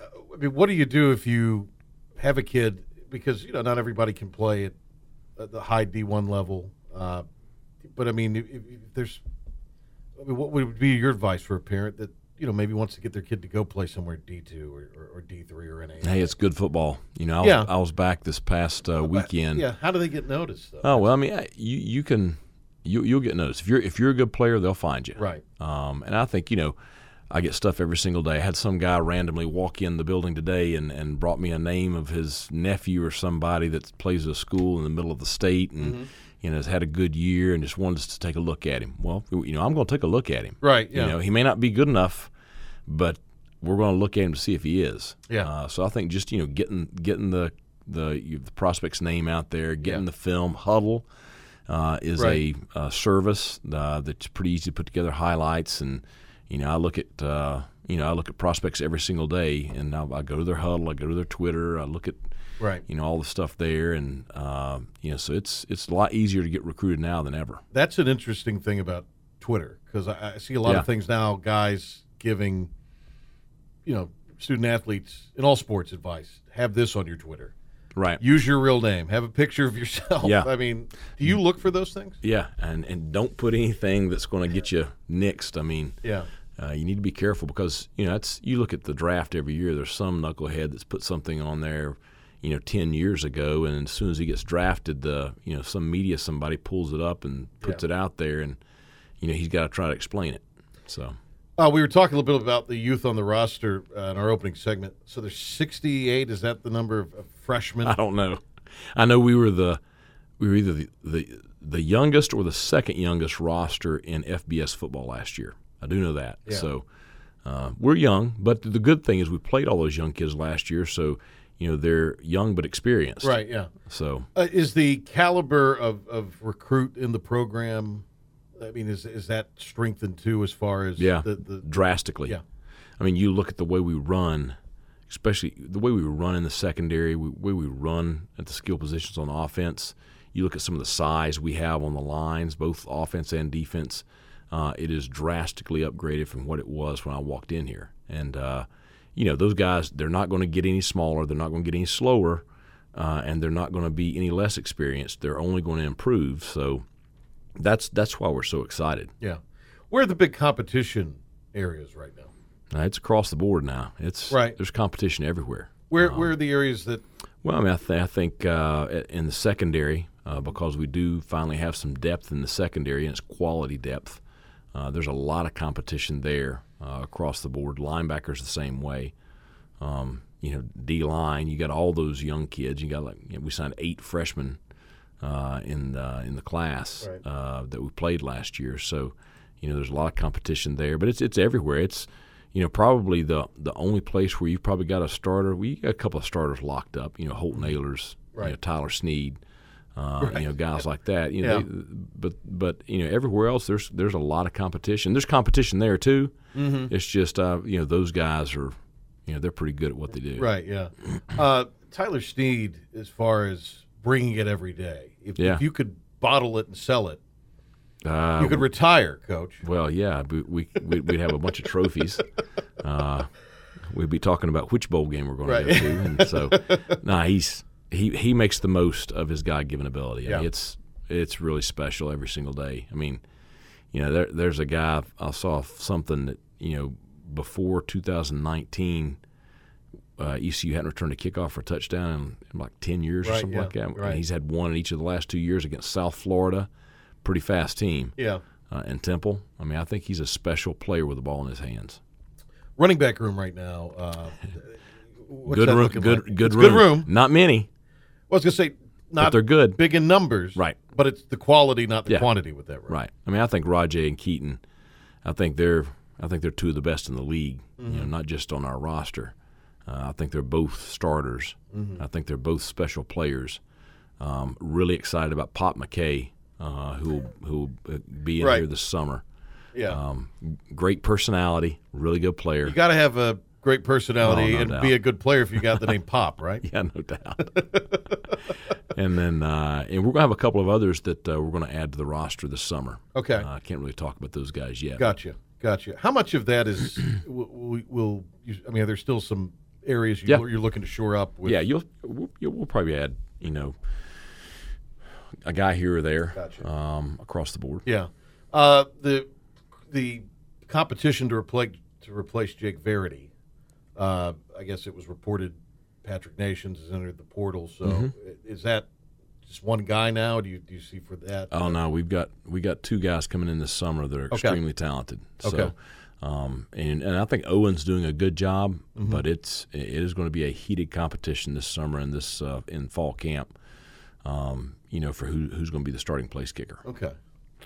Speaker 3: Uh, I mean, what do you do if you have a kid? Because you know, not everybody can play at, at the high D one level. Uh, but I mean, if, if there's, I mean, what would be your advice for a parent that you know maybe wants to get their kid to go play somewhere D two or, or, or D three or NA?
Speaker 4: Hey, it's good football. You know I was,
Speaker 3: Yeah.
Speaker 4: I was back this past uh, weekend.
Speaker 3: Yeah. How do they get noticed though?
Speaker 4: Oh well, I mean I- you you can you you'll get noticed if you're if you're a good player they'll find you.
Speaker 3: Right.
Speaker 4: Um, and I think, you know, I get stuff every single day. I had some guy randomly walk in the building today and, and
Speaker 3: Mm-hmm.
Speaker 4: brought me a name of his nephew or somebody that plays at a school in the middle of the state. And, you know has had a good year and just wanted us to take a look at him. Well, you know, I'm going to take a look at him.
Speaker 3: Right, yeah.
Speaker 4: You know, he may not be good enough, but we're going to look at him to see if he is.
Speaker 3: Yeah.
Speaker 4: Uh, so I think just you know getting getting the the, you, the prospect's name out there, getting
Speaker 3: Yeah.
Speaker 4: the film huddle uh, is
Speaker 3: Right.
Speaker 4: a uh, service uh, that's pretty easy to put together highlights and you know I look at uh, you know I look at prospects every single day and I, I go to their huddle, I go to their Twitter, I look at
Speaker 3: Right.
Speaker 4: you know all the stuff there and uh, you know so it's it's a lot easier to get recruited now than ever.
Speaker 3: That's an interesting thing about Twitter because I, I see a lot
Speaker 4: Yeah.
Speaker 3: of things now, guys giving, you know, student athletes in all sports advice. Have this on your Twitter.
Speaker 4: Right.
Speaker 3: Use your real name. Have a picture of yourself.
Speaker 4: Yeah.
Speaker 3: I mean, do you look for those things?
Speaker 4: yeah, and and don't put anything that's going to get you nixed. I mean,
Speaker 3: Yeah.
Speaker 4: Uh, you need to be careful because you know that's you look at the draft every year. There's some knucklehead that's put something on there, you know, ten years ago, and as soon as he gets drafted, the you know some media somebody pulls it up and puts it out there, and you know he's got to try to explain it. So
Speaker 3: Uh, we were talking a little bit about the youth on the roster uh, in our opening segment. So there's 68. Is that the number of, of freshmen?
Speaker 4: I don't know. I know we were the we were either the, the the youngest or the second youngest roster in FBS football last year. I do know that.
Speaker 3: Yeah.
Speaker 4: So uh, we're young, but the good thing is we played all those young kids last year, so you know they're young but experienced.
Speaker 3: Right. Yeah.
Speaker 4: So
Speaker 3: Uh, is the caliber of, of recruit in the program? I mean, is is that strengthened too as far as
Speaker 4: yeah,
Speaker 3: the, the
Speaker 4: drastically.
Speaker 3: Yeah.
Speaker 4: I mean, you look at the way we run, especially the way we run in the secondary, we- the way we run at the skill positions on offense. You look at some of the size we have on the lines, both offense and defense. Uh, it is drastically upgraded from what it was when I walked in here, and uh, you know those guys. They're not going to get any smaller. They're not going to get any slower, uh, and they're not going to be any less experienced. They're only going to improve. So that's that's why we're so excited.
Speaker 3: Yeah. Where are the big competition areas right now?
Speaker 4: Uh, it's across the board now. It's
Speaker 3: Right.
Speaker 4: There's competition everywhere.
Speaker 3: Where where are the areas that
Speaker 4: Well, I mean, I, th- I think uh, i- in the secondary, uh, because we do finally have some depth in the secondary, and it's quality depth. Uh, there's a lot of competition there uh, across the board. Linebackers the same way. Um, you know, D line. You got all those young kids. You got like you know, we signed eight freshmen uh, in the in the class
Speaker 3: Right.
Speaker 4: uh, that we played last year. So, you know, there's a lot of competition there, but it's it's everywhere. It's you know probably the the only place where you've probably got a starter. We got a couple of starters locked up. You know, Holton Aylers, you know,
Speaker 3: Mm-hmm. Right.
Speaker 4: Tyler Sneed. Uh, You know, guys like that. You know,
Speaker 3: Yeah.
Speaker 4: they- but but you know, everywhere else there's there's a lot of competition. There's competition there too. Mm-hmm. It's just uh, you know those guys are, you know, they're pretty good at what they do.
Speaker 3: right, yeah. Uh, Tyler Sneed as far as bringing it every day. If,
Speaker 4: Yeah.
Speaker 3: if you could bottle it and sell it,
Speaker 4: Uh,
Speaker 3: you could retire, coach.
Speaker 4: Well, yeah, we, we we'd, we'd have a bunch of trophies. Uh, we'd be talking about which bowl game we're going
Speaker 3: Right.
Speaker 4: to go to, and so nah, he's he he makes the most of his God given ability. I mean,
Speaker 3: Yeah.
Speaker 4: it's it's really special every single day. I mean, you know, there, there's a guy I saw something that you know before 2019. Uh, ECU hadn't returned a kickoff for a touchdown in, in like 10 years or
Speaker 3: Right,
Speaker 4: something
Speaker 3: yeah,
Speaker 4: like that.
Speaker 3: right.
Speaker 4: And he's had one in each of the last two years against South Florida. Pretty fast team
Speaker 3: Yeah.
Speaker 4: uh, and Temple. I mean, I think he's a special player with the ball in his hands.
Speaker 3: Running back room right now. Uh, what's
Speaker 4: good
Speaker 3: that
Speaker 4: room,
Speaker 3: looking
Speaker 4: good,
Speaker 3: like?
Speaker 4: good
Speaker 3: It's
Speaker 4: room,
Speaker 3: Good room.
Speaker 4: Not many,
Speaker 3: Well, I was gonna say
Speaker 4: but
Speaker 3: not
Speaker 4: they're good.
Speaker 3: big in numbers,
Speaker 4: Right.
Speaker 3: But it's the quality, not the
Speaker 4: Yeah.
Speaker 3: quantity, with that room.
Speaker 4: Right. I mean, I think Rajay and Keaton. I think they're I think they're two of the best in the league. You know,
Speaker 3: Mm-hmm.
Speaker 4: not just on our roster. Uh, I think they're both starters.
Speaker 3: Mm-hmm.
Speaker 4: I think they're both special players. Um, really excited about Pop McKay, uh, who who will be in
Speaker 3: Right.
Speaker 4: here this summer.
Speaker 3: Yeah.
Speaker 4: um, Great personality, really good player.
Speaker 3: you got to have a great personality
Speaker 4: Oh, no
Speaker 3: and
Speaker 4: doubt.
Speaker 3: be a good player if you got the name Pop, right?
Speaker 4: Yeah, no doubt. and then, uh, and we're gonna have a couple of others that uh, we're gonna add to the roster this summer.
Speaker 3: Okay.
Speaker 4: I uh, can't really talk about those guys yet.
Speaker 3: Gotcha, gotcha. How much of that is w- w- will you, I mean? Are there still some areas you,
Speaker 4: Yeah.
Speaker 3: you're looking to shore up? With,
Speaker 4: yeah, you'll we'll, you'll we'll probably add you know a guy here or there
Speaker 3: Gotcha.
Speaker 4: um, across the board.
Speaker 3: yeah. Uh, the the competition to replace to replace Jake Verity. Uh, I guess it was reported Patrick Nations has entered the portal. So
Speaker 4: Mm-hmm.
Speaker 3: i- is that just one guy now? Do you do you see for that?
Speaker 4: Oh no, we've got we got two guys coming in this summer that are extremely talented. So,
Speaker 3: Okay.
Speaker 4: um, and and I think Owen's doing a good job, but it's it is going to be a heated competition this summer in this uh, in fall camp. um, you know, for who, who's going to be the starting place kicker.
Speaker 3: Okay.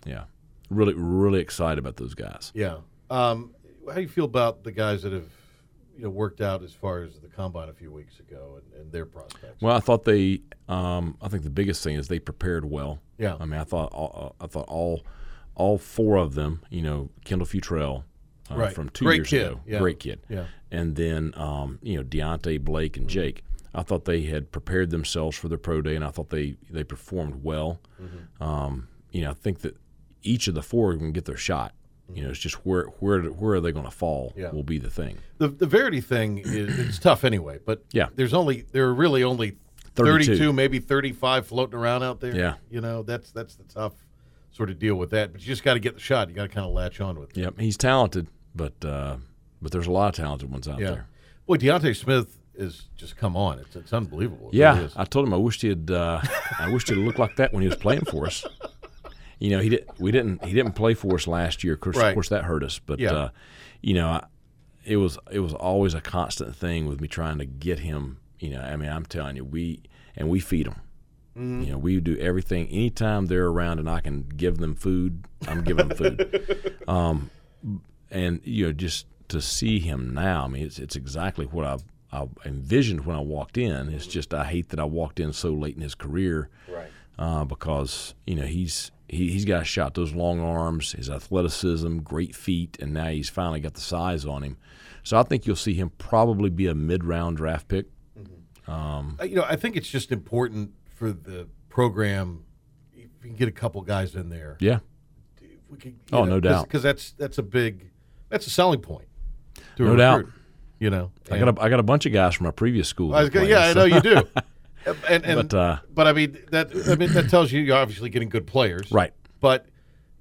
Speaker 4: Yeah, really, really excited about those guys.
Speaker 3: Yeah. Um, how do you feel about the guys that have you know worked out as far as the combine a few weeks ago and, and their prospects?
Speaker 4: Well, I thought they. Um, I think the biggest thing is they prepared well.
Speaker 3: Yeah.
Speaker 4: I mean, I thought all, I thought all all four of them. You know, Kendall Futrell uh,
Speaker 3: Right.
Speaker 4: from two
Speaker 3: Great
Speaker 4: years
Speaker 3: kid.
Speaker 4: ago,
Speaker 3: Yeah.
Speaker 4: great kid.
Speaker 3: Yeah. Mm-hmm.
Speaker 4: And then um, you know Deontay Blake and Jake. I thought they had prepared themselves for their pro day, and I thought they they performed well.
Speaker 3: Mm-hmm.
Speaker 4: Um, you know, I think that each of the four can get their shot. You know, it's just where where where are they going to fall
Speaker 3: Mm-hmm. Yeah.
Speaker 4: will be the thing.
Speaker 3: the the Verity thing is it's tough anyway, but
Speaker 4: Yeah.
Speaker 3: there's only there are really only
Speaker 4: 32.
Speaker 3: 32, maybe 35 floating around out there.
Speaker 4: Yeah.
Speaker 3: You know, that's that's the tough sort of deal with that, but you just got to get the shot. You got to kind of latch on with it.
Speaker 4: Yep, he's talented, but uh, but there's a lot of talented ones out there.
Speaker 3: Boy, Deontay Smith is just come on. It's it's unbelievable. It really
Speaker 4: Yeah,
Speaker 3: is.
Speaker 4: I told him I wished he'd uh, I wished he'd looked like that when he was playing for us. You know, he did. We didn't. He didn't play for us last year. Of course,
Speaker 3: Right.
Speaker 4: of course that hurt us. But
Speaker 3: Yeah.
Speaker 4: uh, you know, I, it was it was always a constant thing with me trying to get him. You know, I mean, I'm telling you, we and we feed them.
Speaker 3: Mm-hmm.
Speaker 4: You know, we do everything. Anytime they're around and I can give them food, I'm giving them food. Um, and you know, just to see him now, I mean, it's it's exactly what I've I envisioned when I walked in. It's just I hate that I walked in so late in his career, right? Uh, because you know he's he, he's got a shot. Those long arms, his athleticism, great feet, and now he's finally got the size on him. So I think you'll see him probably be a mid-round draft pick.
Speaker 3: I- you know, I think it's just important for the program if we can get a couple guys in there.
Speaker 4: Yeah,
Speaker 3: If we can, you
Speaker 4: Oh, no doubt.
Speaker 3: Because that's that's a big that's a selling point. To a
Speaker 4: No doubt.
Speaker 3: recruit, You know,
Speaker 4: I got a, I got a bunch of guys from my previous school. that
Speaker 3: I was
Speaker 4: are
Speaker 3: gonna,
Speaker 4: playing,
Speaker 3: yeah, I
Speaker 4: so-
Speaker 3: know you do. And, and but,
Speaker 4: But, uh,
Speaker 3: I mean that I mean that tells you you're obviously getting good players,
Speaker 4: Right.
Speaker 3: But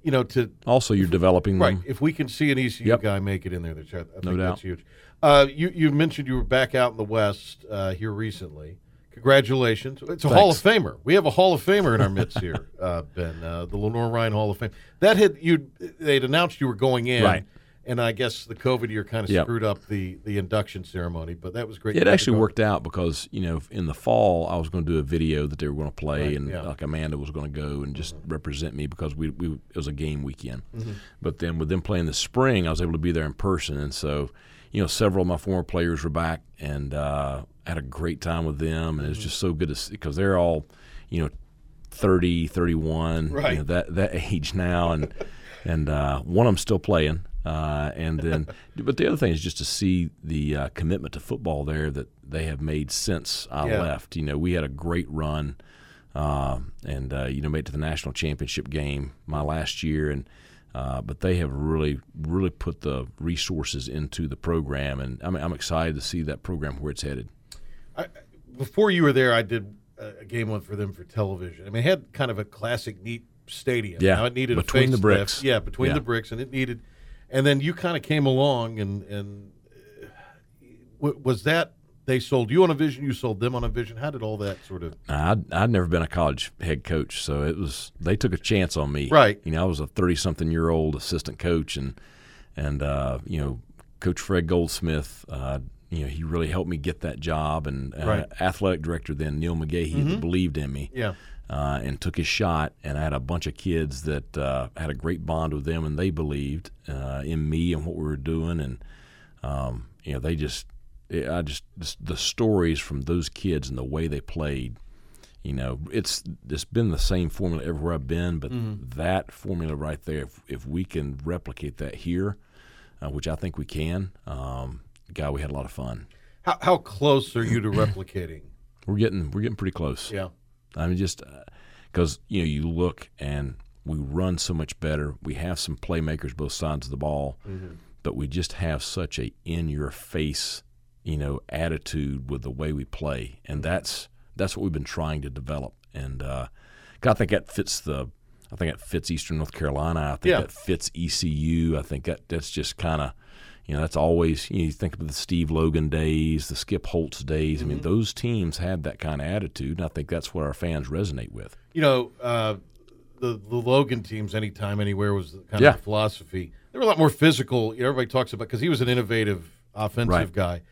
Speaker 3: you know to
Speaker 4: Also, you're developing
Speaker 3: right
Speaker 4: them.
Speaker 3: if we can see an ECU
Speaker 4: Yep.
Speaker 3: guy make it in there, that's I think
Speaker 4: No doubt.
Speaker 3: that's huge. Uh, you you mentioned you were back out in the West uh, here recently. Congratulations! It's a Hall of Famer. We have a Hall of Famer in our midst here, uh, Ben, uh, the Lenore Ryan Hall of Fame. That had you they'd announced you were going in,
Speaker 4: Right.
Speaker 3: And I guess the COVID year kind of
Speaker 4: Yep.
Speaker 3: screwed up the the induction ceremony, but that was great.
Speaker 4: It
Speaker 3: to have
Speaker 4: actually
Speaker 3: the-
Speaker 4: worked out because you know in the fall I was going to do a video that they were going to play and
Speaker 3: yeah.
Speaker 4: like Amanda was going to go and just represent me because we, we it was a game weekend.
Speaker 3: Mm-hmm.
Speaker 4: But then with them playing the spring, I was able to be there in person, and so you know several of my former players were back and uh, I had a great time with them, and it was
Speaker 3: Mm-hmm.
Speaker 4: just so good to see because they're all you know 30, 31, you
Speaker 3: Right.
Speaker 4: know, that that age now, and and uh, one of them still playing, uh, and then but the other thing is just to see the uh, commitment to football there that they have made since I
Speaker 3: Yeah.
Speaker 4: left. You know, we had a great run, um, and uh, you know made it to the national championship game my last year, and. Uh, but they have really, really put the resources into the program, and I'm, I'm excited to see that program where it's headed.
Speaker 3: before you were there, I did a a game one for them for television. I mean, it had kind of a classic, neat stadium.
Speaker 4: Yeah,
Speaker 3: Now, it needed
Speaker 4: between
Speaker 3: a
Speaker 4: the
Speaker 3: facelift.
Speaker 4: bricks.
Speaker 3: Yeah, between
Speaker 4: Yeah.
Speaker 3: the bricks, and it needed. And then you kind of came along, and and uh, w- was that they sold you on a vision, you sold them on a vision? How did all that sort of?
Speaker 4: I'd, I'd never been a college head coach, so it was they took a chance on me.
Speaker 3: Right.
Speaker 4: You know, I was a thirty something year old assistant coach, and and uh, you know, Coach Fred Goldsmith, uh, you know, he really helped me get that job, and uh,
Speaker 3: Right. Mm-hmm.
Speaker 4: athletic director then Neil McGahee that believed in me
Speaker 3: Yeah,
Speaker 4: uh, and took his shot. And I had a bunch of kids that uh, had a great bond with them, and they believed uh, in me and what we were doing. And um, you know, they just, it, I just, just the stories from those kids and the way they played. You know, it's it's been the same formula everywhere I've been, but
Speaker 3: Mm-hmm.
Speaker 4: that formula right there, if, if we can replicate that here, uh, which I think we can, um, God, we had a lot of fun.
Speaker 3: how how close are you to replicating?
Speaker 4: We're getting we're getting pretty close.
Speaker 3: Yeah,
Speaker 4: I mean, just because you know you look and we run so much better. We have some playmakers both sides of the ball, but we just have such a in your face, you know, attitude with the way we play, and that's that's what we've been trying to develop. And uh, God, I think that fits the. I think that fits Eastern North Carolina. I think
Speaker 3: Yeah.
Speaker 4: that fits ECU. I think that that's just kind of. You know, that's always you, know, you think of the Steve Logan days, the Skip Holtz days. I
Speaker 3: Mm-hmm.
Speaker 4: mean, those teams had that kind of attitude, and I think that's what our fans resonate with.
Speaker 3: you know. Uh, the, the Logan teams, anytime, anywhere, was the kind
Speaker 4: Yeah.
Speaker 3: of the philosophy. They were a lot more physical. You know, everybody talks about because he was an innovative offensive
Speaker 4: Right.
Speaker 3: guy.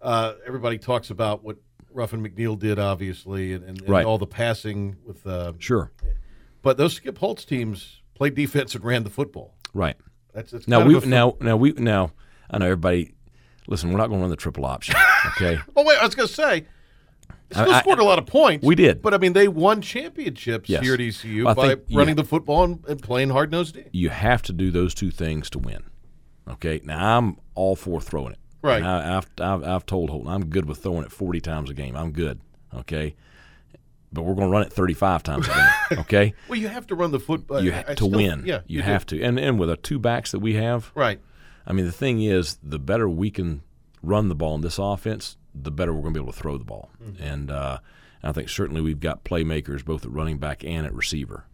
Speaker 3: Uh, everybody talks about what Ruffin McNeil did, obviously, and, and, and
Speaker 4: Right.
Speaker 3: all the passing with. Uh,
Speaker 4: Sure.
Speaker 3: but those Skip Holtz teams played defense and ran the football.
Speaker 4: Right.
Speaker 3: That's, that's
Speaker 4: Now
Speaker 3: kind of
Speaker 4: we
Speaker 3: a fun-
Speaker 4: now now we now I know everybody. Listen, we're not going to run the triple option. Okay.
Speaker 3: Oh wait, I was going to say. they Still
Speaker 4: I- I-
Speaker 3: scored a lot of points.
Speaker 4: We did.
Speaker 3: but I mean, they won championships
Speaker 4: Yes.
Speaker 3: here at ECU
Speaker 4: Well, I
Speaker 3: by
Speaker 4: think-
Speaker 3: running
Speaker 4: yeah.
Speaker 3: the football and, and playing hard nosed D.
Speaker 4: you have to do those two things to win. Okay. Now I'm all for throwing it.
Speaker 3: Right.
Speaker 4: And I, I've, I've I've told Holton I'm good with throwing it 40 times a game. I'm good. Okay. But we're going to run it 35 times a game. Okay.
Speaker 3: Well, you have to run the football
Speaker 4: you
Speaker 3: I-
Speaker 4: ha-
Speaker 3: I
Speaker 4: to
Speaker 3: still-
Speaker 4: win.
Speaker 3: Yeah,
Speaker 4: You, have to. And and with our two backs that we have,
Speaker 3: to. Right.
Speaker 4: I mean, the thing is, the better we can run the ball in this offense, the better we're going to be able to throw the ball.
Speaker 3: Hmm.
Speaker 4: And uh, I think certainly we've got playmakers both at running back and at receiver.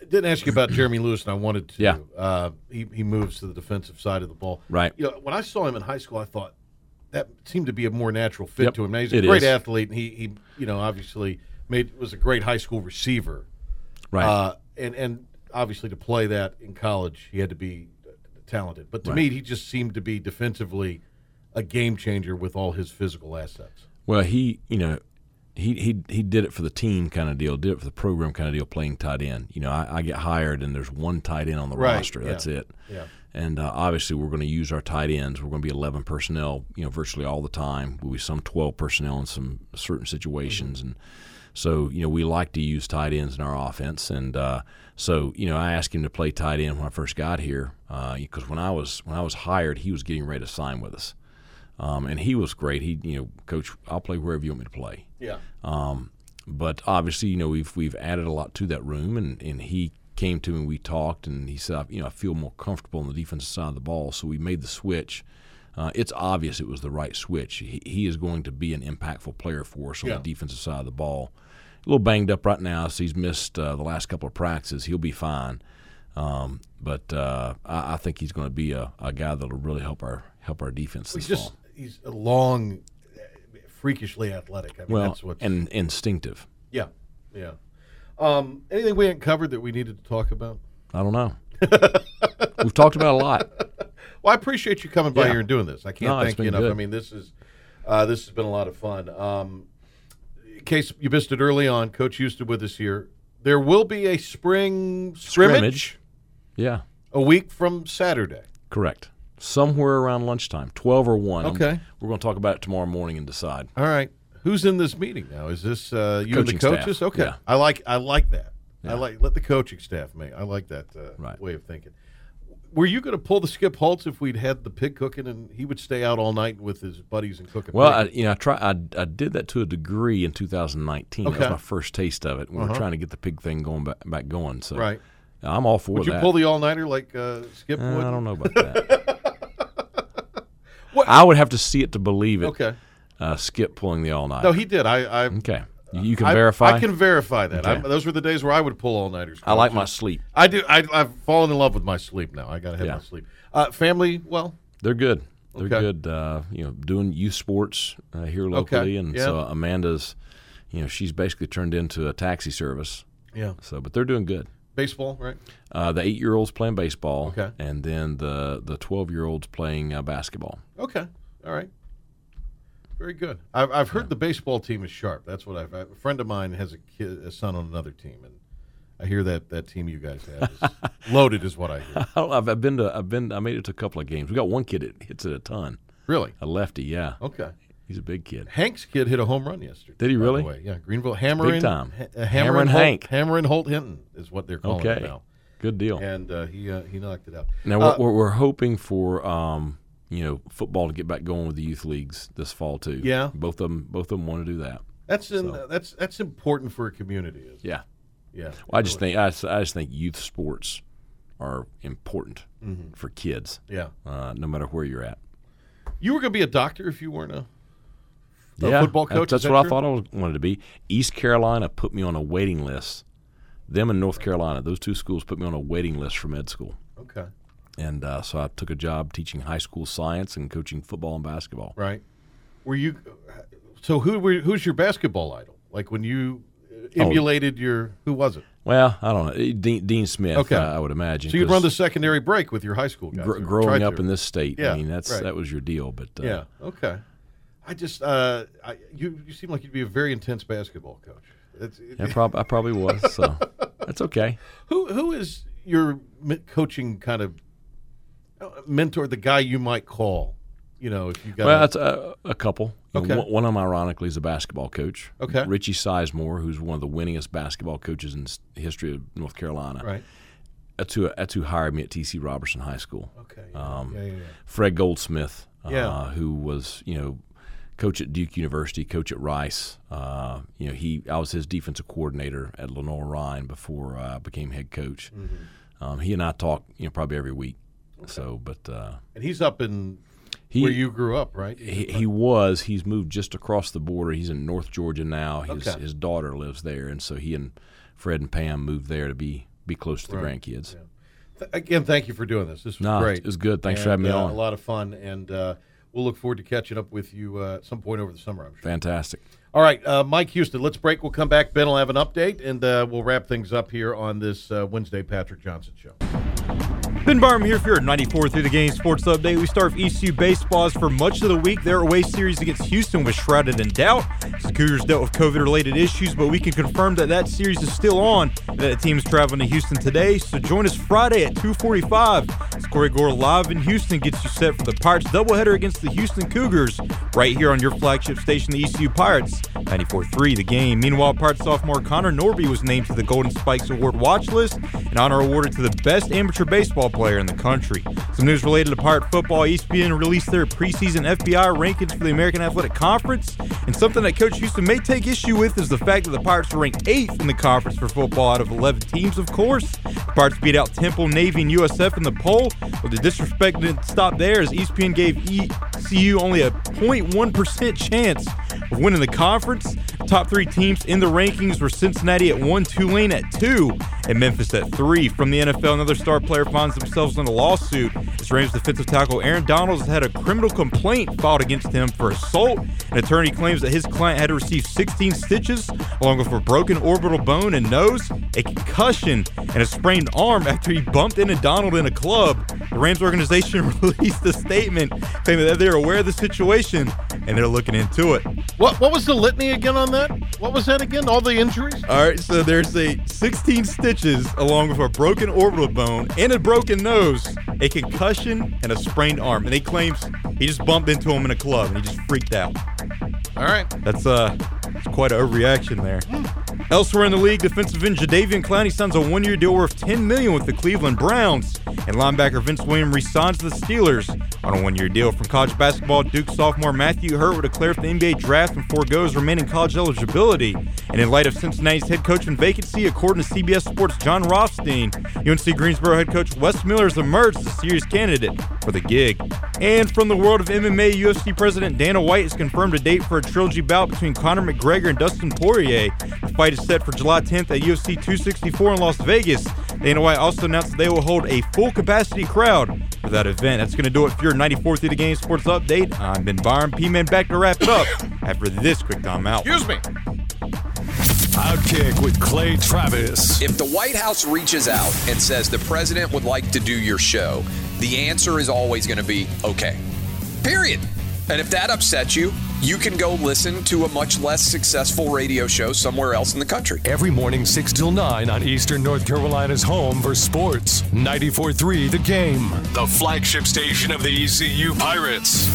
Speaker 3: Didn't ask you about Jeremy Lewis, and I wanted to.
Speaker 4: Yeah.
Speaker 3: Uh, he, he moves to the defensive side of the ball.
Speaker 4: Right.
Speaker 3: You know, when I saw him in high school, I thought that seemed to be a more natural fit
Speaker 4: Yep,
Speaker 3: to him. Now, he's a
Speaker 4: it
Speaker 3: great
Speaker 4: is.
Speaker 3: athlete, and he, he, you know, obviously made was a great high school receiver.
Speaker 4: Right.
Speaker 3: Uh, and and obviously to play that in college, he had to be talented. But to me, he just seemed to be defensively a game changer with all his physical assets.
Speaker 4: Well, he, you know, he he he did it for the team kind of deal, did it for the program kind of deal, playing tight end. You know, I, I get hired and there's one tight end on the
Speaker 3: Right,
Speaker 4: roster.
Speaker 3: yeah,
Speaker 4: That's it.
Speaker 3: yeah.
Speaker 4: And uh, obviously, we're going to use our tight ends. We're going to be 11 personnel, you know, virtually all the time. We'll be some 12 personnel in some certain situations. And so, you know, we like to use tight ends in our offense. And uh, so, you know, I asked him to play tight end when I first got here because when I was when I was hired, he was getting ready to sign with us. Um, and he was great. He, you know, coach, I'll play wherever you want me to play.
Speaker 3: Yeah.
Speaker 4: But obviously, you know, we've we've added a lot to that room, and, and he came to me and we talked, and he said, you know, I feel more comfortable on the defensive side of the ball, so we made the switch. Uh, it's obvious it was the right switch. He, he is going to be an impactful player for us on
Speaker 3: Yeah.
Speaker 4: the defensive side of the ball. A little banged up right now, so he's missed uh, the last couple of practices. He'll be fine, um, but uh, I, I think he's going to be a, a guy that'll really help our help our defense
Speaker 3: He's
Speaker 4: this fall.
Speaker 3: just he's a long, uh, freakishly athletic. I mean,
Speaker 4: Well,
Speaker 3: that's what's
Speaker 4: and instinctive.
Speaker 3: Yeah, yeah. Um, anything we haven't covered that we needed to talk about?
Speaker 4: I don't know. We've talked about a lot.
Speaker 3: Well, I appreciate you coming by
Speaker 4: Yeah.
Speaker 3: here and doing this. I can't
Speaker 4: No, it's
Speaker 3: thank you
Speaker 4: been
Speaker 3: enough.
Speaker 4: good.
Speaker 3: I mean, this is uh, this has been a lot of fun. Um, in case you missed it early on, Coach Houston with us here. There will be a spring scrimmage,
Speaker 4: Yeah,
Speaker 3: a week from Saturday.
Speaker 4: correct. Somewhere around lunchtime, 12 or 1. I'm-
Speaker 3: Okay.
Speaker 4: we're going to talk about it tomorrow morning and decide.
Speaker 3: All right, who's in this meeting now? Is this uh, you
Speaker 4: Coaching
Speaker 3: and the
Speaker 4: staff,
Speaker 3: coaches? Okay,
Speaker 4: yeah.
Speaker 3: I like I like that. I like let the coaching staff make. I like that uh,
Speaker 4: Right.
Speaker 3: way of thinking. Were you going to pull the Skip Holtz if we'd had the pig cooking and he would stay out all night with his buddies and cook a
Speaker 4: Well,
Speaker 3: pig?
Speaker 4: I, you know, I try. I, I did that to a degree in 2019. That
Speaker 3: Okay. Uh-huh.
Speaker 4: was my first taste of it. We were trying to get the pig thing going back, back going. So
Speaker 3: Right.
Speaker 4: I'm all for
Speaker 3: Would you
Speaker 4: that.
Speaker 3: pull the all nighter like uh, Skip
Speaker 4: Uh,
Speaker 3: would?
Speaker 4: I don't know about that. I would have to see it to believe it.
Speaker 3: Okay.
Speaker 4: Uh, skip pulling the all night.
Speaker 3: No, he did. I I
Speaker 4: okay. You, you can
Speaker 3: I,
Speaker 4: verify.
Speaker 3: I can verify that.
Speaker 4: Okay.
Speaker 3: I'm, those were the days where I would pull all nighters.
Speaker 4: I like my sleep.
Speaker 3: I do. I, I've fallen in love with my sleep now. I gotta have
Speaker 4: Yeah.
Speaker 3: my sleep. Uh, family, well,
Speaker 4: They're good. They're
Speaker 3: Okay.
Speaker 4: good. Uh, you know, doing youth sports uh, here locally, and
Speaker 3: yeah.
Speaker 4: so Amanda's, you know, she's basically turned into a taxi service.
Speaker 3: yeah.
Speaker 4: So, but they're doing good.
Speaker 3: Baseball, right?
Speaker 4: Uh, the eight-year-olds playing baseball,
Speaker 3: Okay.
Speaker 4: and then the the twelve-year-olds playing uh, basketball.
Speaker 3: Okay. All right. Very good. I've, I've heard the baseball team is sharp. That's what I've. I, a friend of mine has a kid, a son on another team, and I hear that that team you guys have is loaded, is what I hear.
Speaker 4: I don't, I've, I've been to I've been I made it to a couple of games. We got one kid that hits it a ton,
Speaker 3: Really?
Speaker 4: a lefty. Yeah,
Speaker 3: Okay.
Speaker 4: he's a big kid.
Speaker 3: Hank's kid hit a home run yesterday.
Speaker 4: Did he
Speaker 3: by the
Speaker 4: really?
Speaker 3: way. Yeah, Greenville hammering
Speaker 4: time.
Speaker 3: Ha- uh,
Speaker 4: Hammering
Speaker 3: hammering Holt-
Speaker 4: Hank.
Speaker 3: hammering Holt Hinton is what they're calling
Speaker 4: Okay,
Speaker 3: it now,
Speaker 4: good deal.
Speaker 3: and uh, he uh, he knocked it out.
Speaker 4: Now
Speaker 3: Uh,
Speaker 4: we're, we're, we're hoping for um, you know football to get back going with the youth leagues this fall too.
Speaker 3: Yeah.
Speaker 4: both of them both of them want to do that.
Speaker 3: that's in, that's that's important for a community. Is
Speaker 4: Yeah.
Speaker 3: yeah.
Speaker 4: Well, I just think I, just- I just think youth sports are important
Speaker 3: Mm-hmm.
Speaker 4: for kids,
Speaker 3: yeah.
Speaker 4: uh, no matter where you're at.
Speaker 3: You were going to be a doctor if you weren't a, a Oh, football
Speaker 4: that's-
Speaker 3: coach.
Speaker 4: That's,
Speaker 3: is that
Speaker 4: what
Speaker 3: true?
Speaker 4: I thought I was, wanted to be. East Carolina put me on a waiting list. Them and North Carolina, those two schools put me on a waiting list for med school,
Speaker 3: Okay.
Speaker 4: and uh, so I took a job teaching high school science and coaching football and basketball.
Speaker 3: Right. Were you? So who were? Who's your basketball idol? Like when you
Speaker 4: Oh.
Speaker 3: emulated your? Who was it?
Speaker 4: Well, I don't know, Eh, Dean, Dean Smith.
Speaker 3: Okay.
Speaker 4: uh, I would imagine.
Speaker 3: So you'd run
Speaker 4: 'cause
Speaker 3: the secondary break with your high school guys.
Speaker 4: gr-
Speaker 3: or
Speaker 4: growing
Speaker 3: tried
Speaker 4: up
Speaker 3: to.
Speaker 4: in this state.
Speaker 3: Yeah,
Speaker 4: I mean, that's
Speaker 3: right.
Speaker 4: that was your deal, but uh,
Speaker 3: Yeah. Okay. I just uh, I, you you seem like you'd be a very intense basketball coach. It's, it-
Speaker 4: I, prob- I probably was, so that's okay.
Speaker 3: who who is your me- coaching kind of uh, mentor? The guy you might call, you know, if you got
Speaker 4: Well,
Speaker 3: a-
Speaker 4: that's a, a couple. You know,
Speaker 3: Okay.
Speaker 4: one, one of them, ironically, is a basketball coach.
Speaker 3: Okay.
Speaker 4: Richie Sizemore, who's one of the winningest basketball coaches in s- history of North Carolina.
Speaker 3: right.
Speaker 4: That's who, that's who hired me at T.C. Robertson High School.
Speaker 3: Okay. yeah,
Speaker 4: Um,
Speaker 3: yeah, yeah, yeah.
Speaker 4: Fred Goldsmith, uh,
Speaker 3: Yeah.
Speaker 4: who was you know coach at Duke University, coach at Rice. Uh, you know, he I was his defensive coordinator at Lenore Ryan before uh, I became head coach.
Speaker 3: Mm-hmm.
Speaker 4: Um, he and I talk you know probably every week. So, but uh,
Speaker 3: And he's up in
Speaker 4: he,
Speaker 3: where you grew up, right?
Speaker 4: he he was he's moved just across the border. He's in North Georgia now. His
Speaker 3: Okay.
Speaker 4: his daughter lives there, and so he and Fred and Pam moved there to be be close to the grandkids.
Speaker 3: Th- Again, thank you for doing this. This was
Speaker 4: Nah,
Speaker 3: great.
Speaker 4: it was good. Thanks for
Speaker 3: And,
Speaker 4: having me
Speaker 3: uh,
Speaker 4: on.
Speaker 3: A lot of fun, and uh, we'll look forward to catching up with you uh, at some point over the summer. I'm sure.
Speaker 4: Fantastic.
Speaker 3: All right, uh, Mike Houston. Let's break. We'll come back. Ben will have an update, and uh, we'll wrap things up here on this uh, Wednesday Patrick Johnson show.
Speaker 5: Ben Barham here for your 94 through the game sports update. We start with E ECU baseballs for much of the week. Their away series against Houston was shrouded in doubt. The Cougars dealt with COVID-related issues, but we can confirm that that series is still on. and That the team is traveling to Houston today, so join us Friday at 2:45. as Corey Gore live in Houston gets you set for the Pirates doubleheader against the Houston Cougars right here on your flagship station, the ECU Pirates. 94-3 the game. Meanwhile, Pirates sophomore Connor Norby was named to the Golden Spikes Award watch list, an honor awarded to the best amateur baseball player in the country. Some news related to Pirate football: E ESPN released their preseason FBI rankings for the American Athletic Conference, and something that Coach Houston may take issue with is the fact that the Pirates were ranked eighth in the conference for football out of 11 teams. Of course, the Pirates beat out Temple, Navy, and USF in the poll, but the disrespect didn't stop there E as ESPN gave ECU only a 0.1% chance of winning the conference. Top three teams in the rankings were Cincinnati at one, Tulane at two, and Memphis at three. From the NFL, another star player finds themselves in a lawsuit. As Rams defensive tackle Aaron Donalds had a criminal complaint filed against him for assault. An attorney claims that his client had received 16 stitches, along with a broken orbital bone and nose, a concussion, and a sprained arm after he bumped into Donald in a club. The Rams organization released a statement claiming that they're aware of the situation and they're looking into it.
Speaker 3: What what was the litany again on that? What was that again? All the injuries?
Speaker 5: All right, so there's a 16 stitches along with a broken orbital bone and a broken nose, a concussion, and a sprained arm. And he claims he just bumped into him in a club and he just freaked out.
Speaker 3: All right.
Speaker 5: That's uh, it's quite an overreaction there. Elsewhere in the league, defensive end Jadavian Clowney signs a one-year deal worth $10 million with the Cleveland Browns, and linebacker Vince Williams resigns to the Steelers on a one-year deal. From college basketball, Duke sophomore Matthew Hurt would declare for the NBA draft and foregoes remaining college eligibility. And in light of Cincinnati's head coaching vacancy, according to CBS Sports' John Rothstein, UNC Greensboro head coach Wes Miller has emerged as a serious candidate for the gig. And from the world of MMA, UFC president Dana White has confirmed a date for a trilogy bout between Conor McGregor and Dustin Poirier. The fight is set for July 10th at UFC 264 in Las Vegas. Dana White also announced that they will hold a full capacity crowd for that event. That's going to do it for your 94th through the game sports update. I'm Ben Byron, P-Man, back to wrap it up after this quick time out.
Speaker 3: Excuse me.
Speaker 1: Outkick with Clay Travis.
Speaker 6: If the White House reaches out and says the president would like to do your show, the answer is always going to be okay. Period. And if that upsets you, you can go listen to a much less successful radio show somewhere else in the country.
Speaker 1: Every morning, 6 till 9 on Eastern North Carolina's home for sports. 94.3 The Game. The flagship station of the ECU Pirates.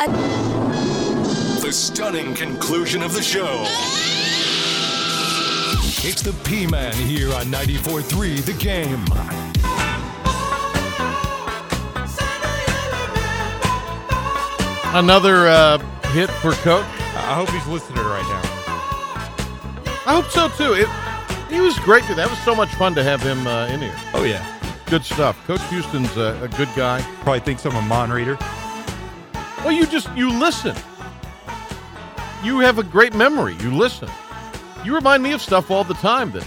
Speaker 1: The stunning conclusion of the show. It's the P-Man here on 94.3 The Game.
Speaker 3: Another uh, hit for Coach.
Speaker 5: I hope he's listening right now.
Speaker 3: I hope so too. It, he was great. That was so much fun to have him uh, in here.
Speaker 5: Oh, yeah.
Speaker 3: Good stuff. Coach Houston's a, a good guy.
Speaker 5: Probably thinks I'm a moderator.
Speaker 3: Well, you just you listen. You have a great memory. You listen. You remind me of stuff all the time. Then,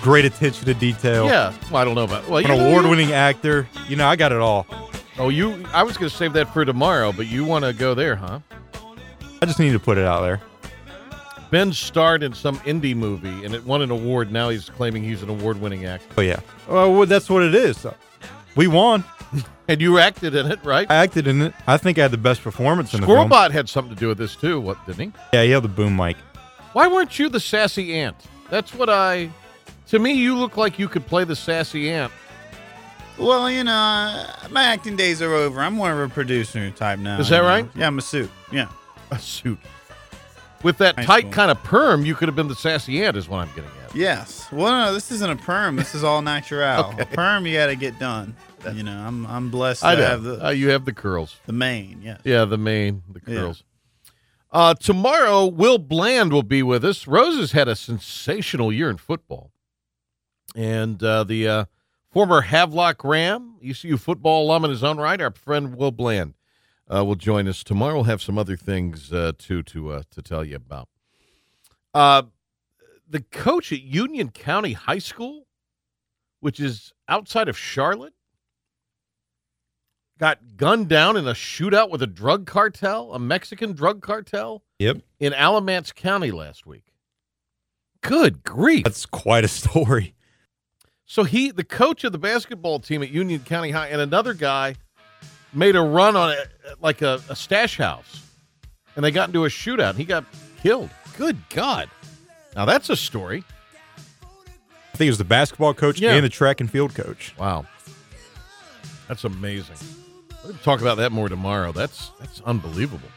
Speaker 5: Great attention to detail.
Speaker 3: yeah. Well, I don't know about well,
Speaker 5: I'm
Speaker 3: you
Speaker 5: an
Speaker 3: know, you-
Speaker 5: award-winning actor. You know, I got it all.
Speaker 3: Oh, you. I was going to save that for tomorrow, but you want to go there, huh?
Speaker 5: I just need to put it out there.
Speaker 3: Ben starred in some indie movie and it won an award. Now he's claiming he's an award-winning actor.
Speaker 5: Oh yeah. Well, well, that's what it is. We won.
Speaker 3: and you acted in it, right?
Speaker 5: I acted in it. I think I had the best performance in the film.
Speaker 3: Squirrelbot had something to do with this too, what didn't he?
Speaker 5: Yeah, he had the boom mic.
Speaker 3: Why weren't you the sassy ant? That's what I. To me, you look like you could play the sassy ant.
Speaker 7: Well, you know, uh, my acting days are over. I'm more of a producer type now.
Speaker 3: Is that
Speaker 7: you know?
Speaker 3: right?
Speaker 7: Yeah, I'm a suit. Yeah.
Speaker 3: A suit with that
Speaker 7: High
Speaker 3: tight
Speaker 7: school.
Speaker 3: kind of perm. You could have been the sassy ant, is what I'm getting at.
Speaker 7: Yes. Well, no, this isn't a perm. This is all natural. A perm, you got to get done. You know, I'm I'm blessed to
Speaker 3: I know.
Speaker 7: have the
Speaker 3: Uh, you have the curls.
Speaker 7: the mane. Yes.
Speaker 3: Yeah, the mane, the
Speaker 7: Yeah.
Speaker 3: curls. Uh, tomorrow, Will Bland will be with us. Rose has had a sensational year in football. And uh, the uh, former Havelock Ram, ECU football alum in his own right, our friend Will Bland, uh, will join us tomorrow. We'll have some other things uh, too to uh, to tell you about. Uh, the coach at Union County High School, which is outside of Charlotte, got gunned down in a shootout with a drug cartel, a Mexican drug cartel
Speaker 5: Yep.
Speaker 3: in Alamance County last week. Good grief.
Speaker 5: That's quite a story.
Speaker 3: So he, the coach of the basketball team at Union County High, and another guy made a run on it like a, a stash house, and they got into a shootout. And he got killed. Good God! Now that's a story.
Speaker 5: I think it was the basketball coach
Speaker 3: Yeah.
Speaker 5: and the track and field coach.
Speaker 3: Wow, that's amazing. We'll talk about that more tomorrow. That's that's unbelievable.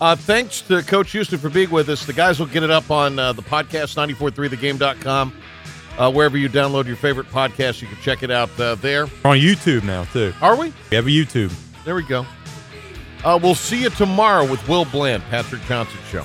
Speaker 3: Uh, thanks to Coach Houston for being with us. The guys will get it up on uh, the podcast 943thegame.com. Uh, wherever you download your favorite podcast, you can check it out uh, there.
Speaker 5: We're on YouTube now too.
Speaker 3: Are we?
Speaker 5: We have a YouTube.
Speaker 3: There we go. Uh, we'll see you tomorrow with Will Bland, Patrick Johnson Show.